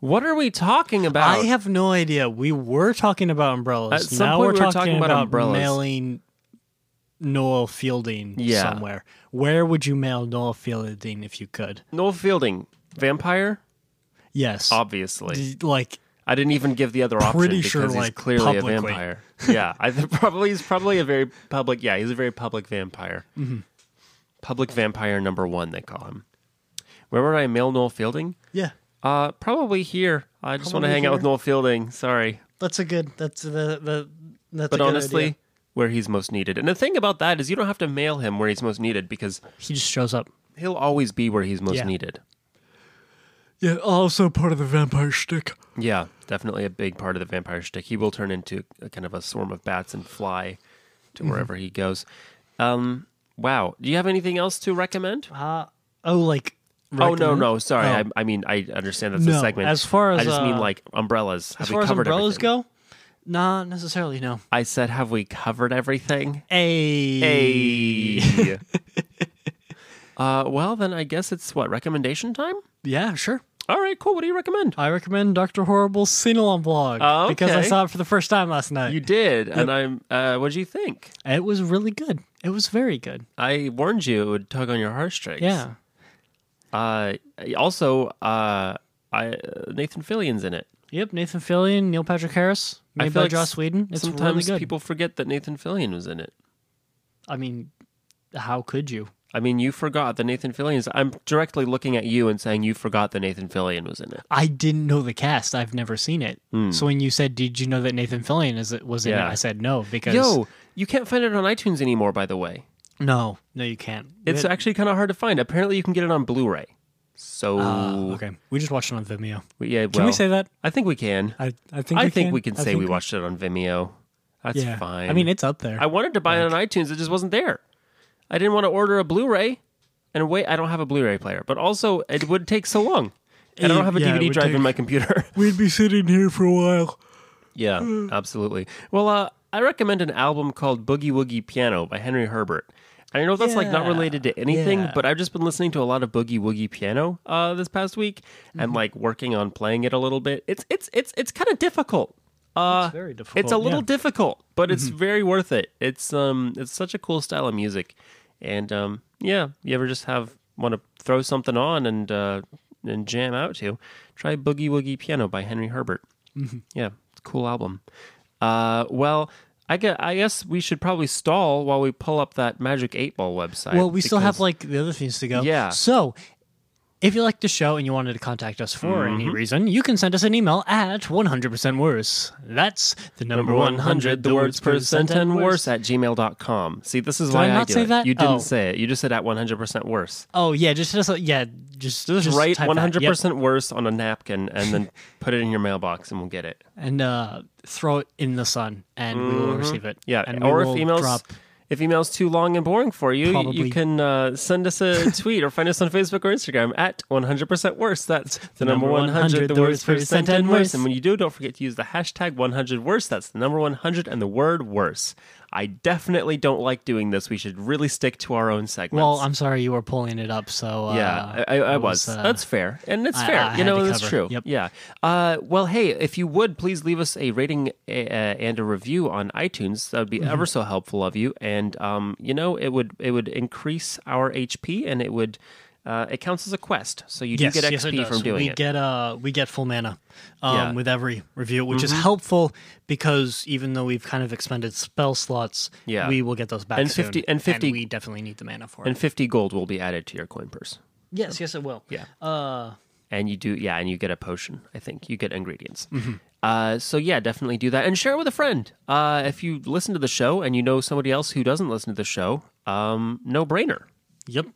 [SPEAKER 1] What are we talking about?
[SPEAKER 2] I have no idea. We were talking about umbrellas.
[SPEAKER 1] Oh. At some
[SPEAKER 2] now
[SPEAKER 1] point
[SPEAKER 2] we're
[SPEAKER 1] we were
[SPEAKER 2] talking,
[SPEAKER 1] talking about
[SPEAKER 2] about,
[SPEAKER 1] umbrellas.
[SPEAKER 2] mailing Noel Fielding
[SPEAKER 1] Yeah.
[SPEAKER 2] somewhere. Where would you mail Noel Fielding if you could?
[SPEAKER 1] Noel Fielding, vampire,
[SPEAKER 2] Yes.
[SPEAKER 1] obviously.
[SPEAKER 2] D- like
[SPEAKER 1] I didn't even give the other option
[SPEAKER 2] Pretty
[SPEAKER 1] because
[SPEAKER 2] sure,
[SPEAKER 1] he's
[SPEAKER 2] like,
[SPEAKER 1] clearly
[SPEAKER 2] publicly.
[SPEAKER 1] a vampire. yeah, I think probably he's probably a very public. Yeah, he's a very public vampire.
[SPEAKER 2] Mm-hmm.
[SPEAKER 1] Public vampire number one, they call him. Where would I mail Noel Fielding?
[SPEAKER 2] yeah.
[SPEAKER 1] Uh, probably here. I just want to
[SPEAKER 2] Probably
[SPEAKER 1] hang out with
[SPEAKER 2] here.
[SPEAKER 1] Noel Fielding. Sorry,
[SPEAKER 2] That's a good that's the the that's
[SPEAKER 1] but
[SPEAKER 2] a good
[SPEAKER 1] honestly,
[SPEAKER 2] idea.
[SPEAKER 1] where he's most needed. And the thing about that is, you don't have to mail him where he's most needed because
[SPEAKER 2] he just shows up.
[SPEAKER 1] he'll always be where he's most
[SPEAKER 2] Yeah.
[SPEAKER 1] needed.
[SPEAKER 2] Yeah, also part of the vampire shtick.
[SPEAKER 1] Yeah, definitely a big part of the vampire shtick. He will turn into a kind of a swarm of bats and fly
[SPEAKER 2] Mm-hmm.
[SPEAKER 1] to wherever he goes. Um, wow. Do you have anything else to recommend?
[SPEAKER 2] Oh, like
[SPEAKER 1] Oh no,
[SPEAKER 2] recommend?
[SPEAKER 1] no, sorry.
[SPEAKER 2] Oh.
[SPEAKER 1] I, I mean, I understand that's a
[SPEAKER 2] No,
[SPEAKER 1] segment.
[SPEAKER 2] as far
[SPEAKER 1] I
[SPEAKER 2] as,
[SPEAKER 1] just mean
[SPEAKER 2] uh,
[SPEAKER 1] like umbrellas. Have
[SPEAKER 2] As
[SPEAKER 1] we
[SPEAKER 2] far as
[SPEAKER 1] covered
[SPEAKER 2] umbrellas
[SPEAKER 1] everything?
[SPEAKER 2] go, not necessarily. No.
[SPEAKER 1] I said, have we covered everything?
[SPEAKER 2] A.
[SPEAKER 1] Hey. uh, well, then I guess it's what recommendation time.
[SPEAKER 2] Yeah, sure.
[SPEAKER 1] All right, cool. What do you recommend?
[SPEAKER 2] I recommend Doctor Horrible's sing along blog
[SPEAKER 1] Oh,
[SPEAKER 2] because I
[SPEAKER 1] okay.
[SPEAKER 2] saw it for the first time last night.
[SPEAKER 1] You did, and I'm. Uh, what do you think?
[SPEAKER 2] It was really good. It was very good.
[SPEAKER 1] I warned you it would tug on your heartstrings.
[SPEAKER 2] Yeah.
[SPEAKER 1] Uh, also, uh, I Nathan Fillion's in it.
[SPEAKER 2] Yep. Nathan Fillion, Neil Patrick Harris,
[SPEAKER 1] I
[SPEAKER 2] made
[SPEAKER 1] feel
[SPEAKER 2] by
[SPEAKER 1] like
[SPEAKER 2] Joss Whedon. It's really
[SPEAKER 1] Sometimes
[SPEAKER 2] good.
[SPEAKER 1] people forget that Nathan Fillion was in it.
[SPEAKER 2] I mean, how could you?
[SPEAKER 1] I mean, you forgot that Nathan Fillion's. I'm directly looking at you and saying you forgot that Nathan Fillion was in it.
[SPEAKER 2] I didn't know the cast. I've never seen it. So when you said, "Did you know that Nathan Fillion is was in
[SPEAKER 1] Hmm. Yeah.
[SPEAKER 2] it?" I said no because
[SPEAKER 1] Yo, you can't find it on iTunes anymore. By the way,
[SPEAKER 2] no, no, you can't.
[SPEAKER 1] it's
[SPEAKER 2] It-
[SPEAKER 1] actually kind of hard to find. Apparently, you can get it on Blu-ray. So Oh.
[SPEAKER 2] Uh, okay. We just watched it on Vimeo.
[SPEAKER 1] we- yeah,
[SPEAKER 2] Can we
[SPEAKER 1] well,
[SPEAKER 2] say that?
[SPEAKER 1] I think we can. I
[SPEAKER 2] I I think
[SPEAKER 1] think,
[SPEAKER 2] we
[SPEAKER 1] we can
[SPEAKER 2] I
[SPEAKER 1] say
[SPEAKER 2] think
[SPEAKER 1] we watched it on Vimeo. That's
[SPEAKER 2] yeah.
[SPEAKER 1] fine.
[SPEAKER 2] I mean, it's up there.
[SPEAKER 1] I wanted to buy it on iTunes. It just wasn't there. I didn't want to order a Blu-ray, and wait, I don't have a Blu-ray player. But also, it would take so long, and I
[SPEAKER 2] It-
[SPEAKER 1] don't have a
[SPEAKER 2] yeah, it
[SPEAKER 1] DVD
[SPEAKER 2] would
[SPEAKER 1] drive in
[SPEAKER 2] take-
[SPEAKER 1] my computer.
[SPEAKER 2] We'd be sitting here for a while.
[SPEAKER 1] yeah,
[SPEAKER 2] Mm.
[SPEAKER 1] absolutely. Well, uh, I recommend an album called Boogie Woogie Piano by Henry Herbert. And I know that's like not
[SPEAKER 2] Yeah,
[SPEAKER 1] related to anything,
[SPEAKER 2] yeah.
[SPEAKER 1] but I've just been listening to a lot of Boogie Woogie Piano uh, this past week,
[SPEAKER 2] Mm-hmm.
[SPEAKER 1] and like working on playing it a little bit. It's it's it's it's kind of difficult. Uh,
[SPEAKER 2] It's very difficult,
[SPEAKER 1] It's a little
[SPEAKER 2] yeah. Mm-hmm.
[SPEAKER 1] difficult, but it's very worth it. It's um, it's such a cool style of music, and um, yeah, you ever just have want to throw something on and uh, and jam out to? Try Boogie Woogie Piano by Henry Herbert.
[SPEAKER 2] Mm-hmm.
[SPEAKER 1] Yeah, it's a cool album. Uh, well. I guess, I guess we should probably stall while we pull up that Magic 8 Ball website.
[SPEAKER 2] Well, we still
[SPEAKER 1] because-
[SPEAKER 2] have like the other things to go.
[SPEAKER 1] Yeah.
[SPEAKER 2] So, if you like the show and you wanted to contact us for any
[SPEAKER 1] Mm-hmm.
[SPEAKER 2] reason, you can send us an email at 100% worse. That's the number,
[SPEAKER 1] number 100 the words per cent and worse at gmail.com see this is
[SPEAKER 2] Did
[SPEAKER 1] why
[SPEAKER 2] I
[SPEAKER 1] i,
[SPEAKER 2] not
[SPEAKER 1] do
[SPEAKER 2] say
[SPEAKER 1] it.
[SPEAKER 2] that?
[SPEAKER 1] you didn't
[SPEAKER 2] Oh.
[SPEAKER 1] say it you just said at 100% worse
[SPEAKER 2] Oh, yeah. Just, just yeah. Just,
[SPEAKER 1] just, write
[SPEAKER 2] type that. Yep.
[SPEAKER 1] 100% worse on a napkin and then put it in your mailbox and we'll get it
[SPEAKER 2] And uh, throw it in the sun and we will receive it.
[SPEAKER 1] Mm-hmm. yeah
[SPEAKER 2] And we
[SPEAKER 1] or if
[SPEAKER 2] will
[SPEAKER 1] emails
[SPEAKER 2] drop.
[SPEAKER 1] If email's too long and boring for you, you
[SPEAKER 2] Probably.
[SPEAKER 1] can uh, send us a tweet or find us on Facebook or Instagram at 100% worse. That's the number 100, the words per cent and worse. And when you do, don't forget to use the hashtag 100 worse. That's the number 100 and the word worse. I definitely don't like doing this. We should really stick to our own segments.
[SPEAKER 2] Well, I'm sorry you were pulling it up, so uh,
[SPEAKER 1] Yeah, I, I, I was.
[SPEAKER 2] uh,
[SPEAKER 1] that's fair, and it's
[SPEAKER 2] I-
[SPEAKER 1] fair.
[SPEAKER 2] I
[SPEAKER 1] you
[SPEAKER 2] had
[SPEAKER 1] know,
[SPEAKER 2] to
[SPEAKER 1] that's
[SPEAKER 2] cover.
[SPEAKER 1] true.
[SPEAKER 2] Yep.
[SPEAKER 1] Yeah. Uh, well, hey, if you would please leave us a rating uh, and a review on iTunes, that would be
[SPEAKER 2] Mm-hmm.
[SPEAKER 1] ever so helpful of you. And um, you know, it would it would increase our HP, and it would uh, it counts as a quest, so you
[SPEAKER 2] yes,
[SPEAKER 1] do get
[SPEAKER 2] yes, it
[SPEAKER 1] XP
[SPEAKER 2] does.
[SPEAKER 1] from doing
[SPEAKER 2] we
[SPEAKER 1] it.
[SPEAKER 2] get uh we get full mana um,
[SPEAKER 1] Yeah. Mm-hmm.
[SPEAKER 2] with every review, which is helpful because even though we've kind of expended spell slots,
[SPEAKER 1] Yeah.
[SPEAKER 2] we will get those back
[SPEAKER 1] And
[SPEAKER 2] soon,
[SPEAKER 1] 50 and 50
[SPEAKER 2] we definitely need the mana for it.
[SPEAKER 1] and fifty gold will be added to your coin purse,
[SPEAKER 2] yes, yes, it will.
[SPEAKER 1] Yeah.
[SPEAKER 2] Uh,
[SPEAKER 1] and you do yeah, and you get a potion. I think you get ingredients.
[SPEAKER 2] Mm-hmm.
[SPEAKER 1] Uh, so yeah, definitely do that and share it with a friend. Uh, if you listen to the show and you know somebody else who doesn't listen to the show, um, no brainer.
[SPEAKER 2] yep.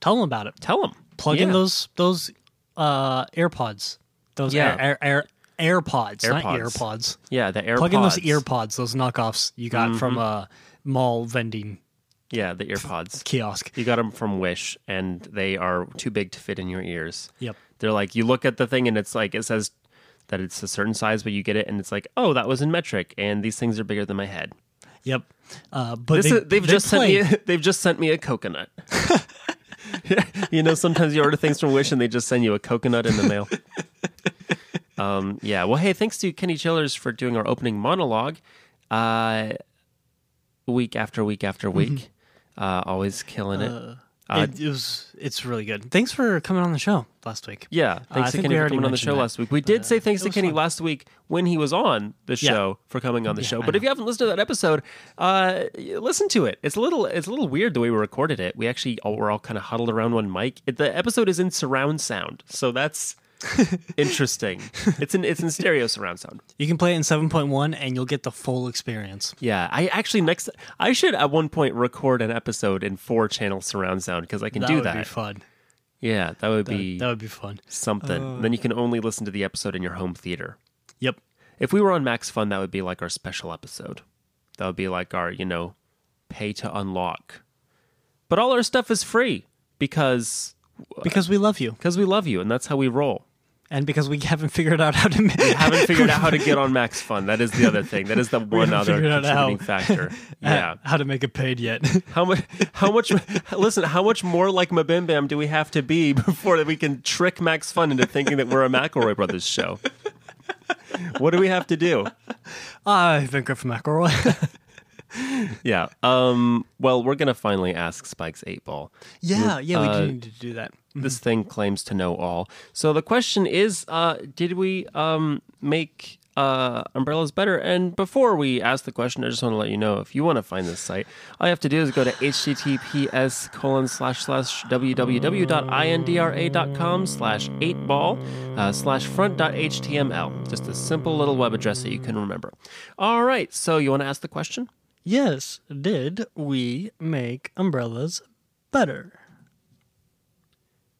[SPEAKER 2] Tell them about it.
[SPEAKER 1] Tell them.
[SPEAKER 2] Plug in those those uh AirPods. Those
[SPEAKER 1] Yeah.
[SPEAKER 2] air, air, air, AirPods, not
[SPEAKER 1] AirPods.
[SPEAKER 2] AirPods.
[SPEAKER 1] Yeah, the AirPods. Mm-hmm.
[SPEAKER 2] Plug in those earpods, those knockoffs you got from a mall vending
[SPEAKER 1] Yeah, the earpods.
[SPEAKER 2] kiosk.
[SPEAKER 1] You got them from Wish, and they are too big to fit in your ears.
[SPEAKER 2] Yep.
[SPEAKER 1] They're like you look at the thing, and it's like it says that it's a certain size, but you get it, and it's like, oh, that was in metric, and these things are bigger than my head.
[SPEAKER 2] Yep. Uh, but
[SPEAKER 1] This
[SPEAKER 2] they,
[SPEAKER 1] is, they've
[SPEAKER 2] they
[SPEAKER 1] just
[SPEAKER 2] play.
[SPEAKER 1] sent me. They've just sent me a coconut. you know, sometimes you order things from Wish, and they just send you a coconut in the mail. um, yeah. Well, hey, thanks to Kenny Chillers for doing our opening monologue, uh, week after week after week.
[SPEAKER 2] Mm-hmm.
[SPEAKER 1] Uh, always killing it. uh,
[SPEAKER 2] it, it was. It's really good. Thanks for coming on the show last week.
[SPEAKER 1] yeah,
[SPEAKER 2] I
[SPEAKER 1] thanks to
[SPEAKER 2] think
[SPEAKER 1] Kenny
[SPEAKER 2] we
[SPEAKER 1] for
[SPEAKER 2] already
[SPEAKER 1] coming on the
[SPEAKER 2] mentioned
[SPEAKER 1] show
[SPEAKER 2] that,
[SPEAKER 1] last week. We did say thanks
[SPEAKER 2] it
[SPEAKER 1] to
[SPEAKER 2] was
[SPEAKER 1] Kenny
[SPEAKER 2] fun.
[SPEAKER 1] last week when he was on the
[SPEAKER 2] Yeah.
[SPEAKER 1] show for coming on the show.
[SPEAKER 2] I
[SPEAKER 1] But if you haven't listened to that episode, uh, listen to it. It's a little it's a little weird the way we recorded it. We actually all, were all kind of huddled around one mic. It, the episode is in surround sound, so that's interesting. It's in it's in stereo surround sound.
[SPEAKER 2] You can play it in seven point one, and you'll get the full experience.
[SPEAKER 1] Yeah, I actually next I should at one point record an episode in four channel surround sound because I can
[SPEAKER 2] That
[SPEAKER 1] do
[SPEAKER 2] would
[SPEAKER 1] that.
[SPEAKER 2] be fun.
[SPEAKER 1] Yeah, that would uh, be
[SPEAKER 2] That would be fun.
[SPEAKER 1] something. then you can only listen to the episode in your home theater.
[SPEAKER 2] Yep.
[SPEAKER 1] If we were on Max Fun, that would be like our special episode. That would be like our, you know, pay to unlock. But all our stuff is free because
[SPEAKER 2] Because we love you,
[SPEAKER 1] because we love you and that's how we roll.
[SPEAKER 2] and because we haven't figured out how to. ma-
[SPEAKER 1] Haven't figured out how to get on Max Fun. That is the other thing. That is the one
[SPEAKER 2] haven't
[SPEAKER 1] other
[SPEAKER 2] figured out how.
[SPEAKER 1] contributing factor. Yeah.
[SPEAKER 2] How to make it paid yet?
[SPEAKER 1] How much? How much? listen, how much more like Mabim Bam do we have to be before that we can trick Max Fun into thinking that we're a McElroy Brothers show? What do we have to do?
[SPEAKER 2] I've been Griffin McElroy.
[SPEAKER 1] Yeah. Um, well, we're gonna finally ask Spike's eight ball.
[SPEAKER 2] yeah, yeah, we
[SPEAKER 1] uh,
[SPEAKER 2] do need to do that.
[SPEAKER 1] This thing claims to know all. So the question is, uh, did we um, make uh, umbrellas better? And before we ask the question, I just want to let you know if you want to find this site, all you have to do is go to https colon slash slash www.indra.com slash eight ball uh, slash front.html. Just a simple little web address that you can remember. All right. So you want to ask the question?
[SPEAKER 2] Yes, did we make umbrellas better?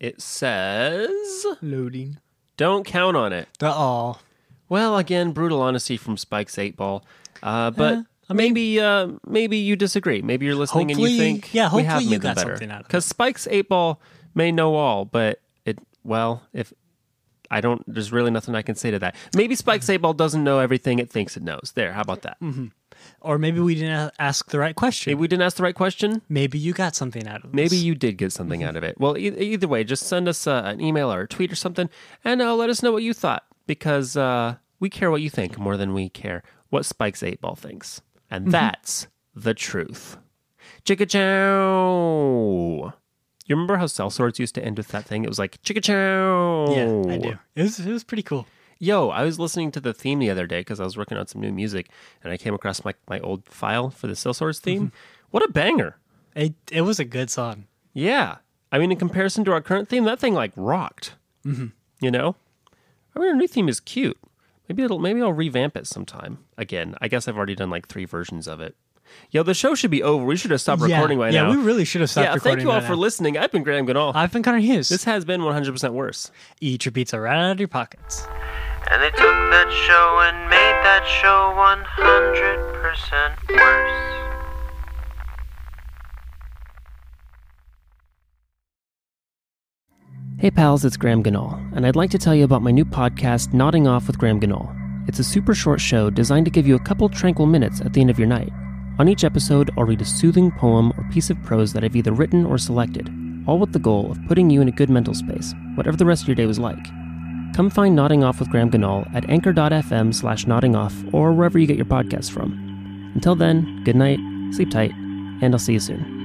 [SPEAKER 1] It says,
[SPEAKER 2] Loading.
[SPEAKER 1] don't count on it.
[SPEAKER 2] The all.
[SPEAKER 1] Well, again, brutal honesty from Spike's eight ball. Uh, but maybe uh, maybe you disagree. Maybe you're listening and you
[SPEAKER 2] Hopefully-
[SPEAKER 1] think
[SPEAKER 2] yeah,
[SPEAKER 1] we
[SPEAKER 2] hopefully
[SPEAKER 1] have
[SPEAKER 2] you
[SPEAKER 1] made them
[SPEAKER 2] got
[SPEAKER 1] better.
[SPEAKER 2] something out of it.
[SPEAKER 1] Because Spike's eight ball may know all, but it well if. I don't. There's really nothing I can say to that. Maybe Spike's eight ball doesn't know everything it thinks it knows. There. How about that?
[SPEAKER 2] Mm-hmm. Or maybe we didn't a- ask the right
[SPEAKER 1] Maybe
[SPEAKER 2] question.
[SPEAKER 1] we didn't ask the right question.
[SPEAKER 2] Maybe you got something out of this.
[SPEAKER 1] Maybe you did get something
[SPEAKER 2] Mm-hmm.
[SPEAKER 1] out of it. Well, e- either way, just send us uh, an email or a tweet or something, and uh, let us know what you thought because uh, we care what you think more than we care what Spike's eight ball thinks,
[SPEAKER 2] Mm-hmm.
[SPEAKER 1] and that's the truth. Chicka chow. You remember how cell swords used to end with that thing? It was like chicka chow.
[SPEAKER 2] Yeah, I do. It was, it was pretty cool.
[SPEAKER 1] Yo, I was listening to the theme the other day because I was working on some new music, and I came across my my old file for the cell swords theme.
[SPEAKER 2] Mm-hmm.
[SPEAKER 1] What a banger!
[SPEAKER 2] It, it was a good song.
[SPEAKER 1] Yeah. I mean, in comparison to our current theme, that thing like rocked.
[SPEAKER 2] Mm-hmm.
[SPEAKER 1] You know? I mean, our new theme is cute. Maybe it'll maybe I'll revamp it sometime. Again, I guess I've already done like three versions of it. Yo, the show should be over. We should have stopped recording
[SPEAKER 2] yeah,
[SPEAKER 1] by
[SPEAKER 2] yeah,
[SPEAKER 1] now.
[SPEAKER 2] we really should have stopped
[SPEAKER 1] yeah,
[SPEAKER 2] recording.
[SPEAKER 1] thank you all
[SPEAKER 2] by
[SPEAKER 1] for
[SPEAKER 2] now. Uh,
[SPEAKER 1] listening. I've been Graham Ganol.
[SPEAKER 2] I've been Connor Hughes.
[SPEAKER 1] this has been 100% worse.
[SPEAKER 2] Eat your pizza right out of your pockets.
[SPEAKER 3] And they took that show and made that show 100% worse.
[SPEAKER 1] Hey pals, it's Graham Ganol, and I'd like to tell you about my new podcast, Nodding Off with Graham Ganol. It's a super short show designed to give you a couple tranquil minutes at the end of your night. On each episode, I'll read a soothing poem or piece of prose that I've either written or selected, all with the goal of putting you in a good mental space, whatever the rest of your day was like. Come find Nodding Off with Graham Ganol at anchor.fm slash nodding off or wherever you get your podcasts from. Until then, good night, sleep tight, and I'll see you soon.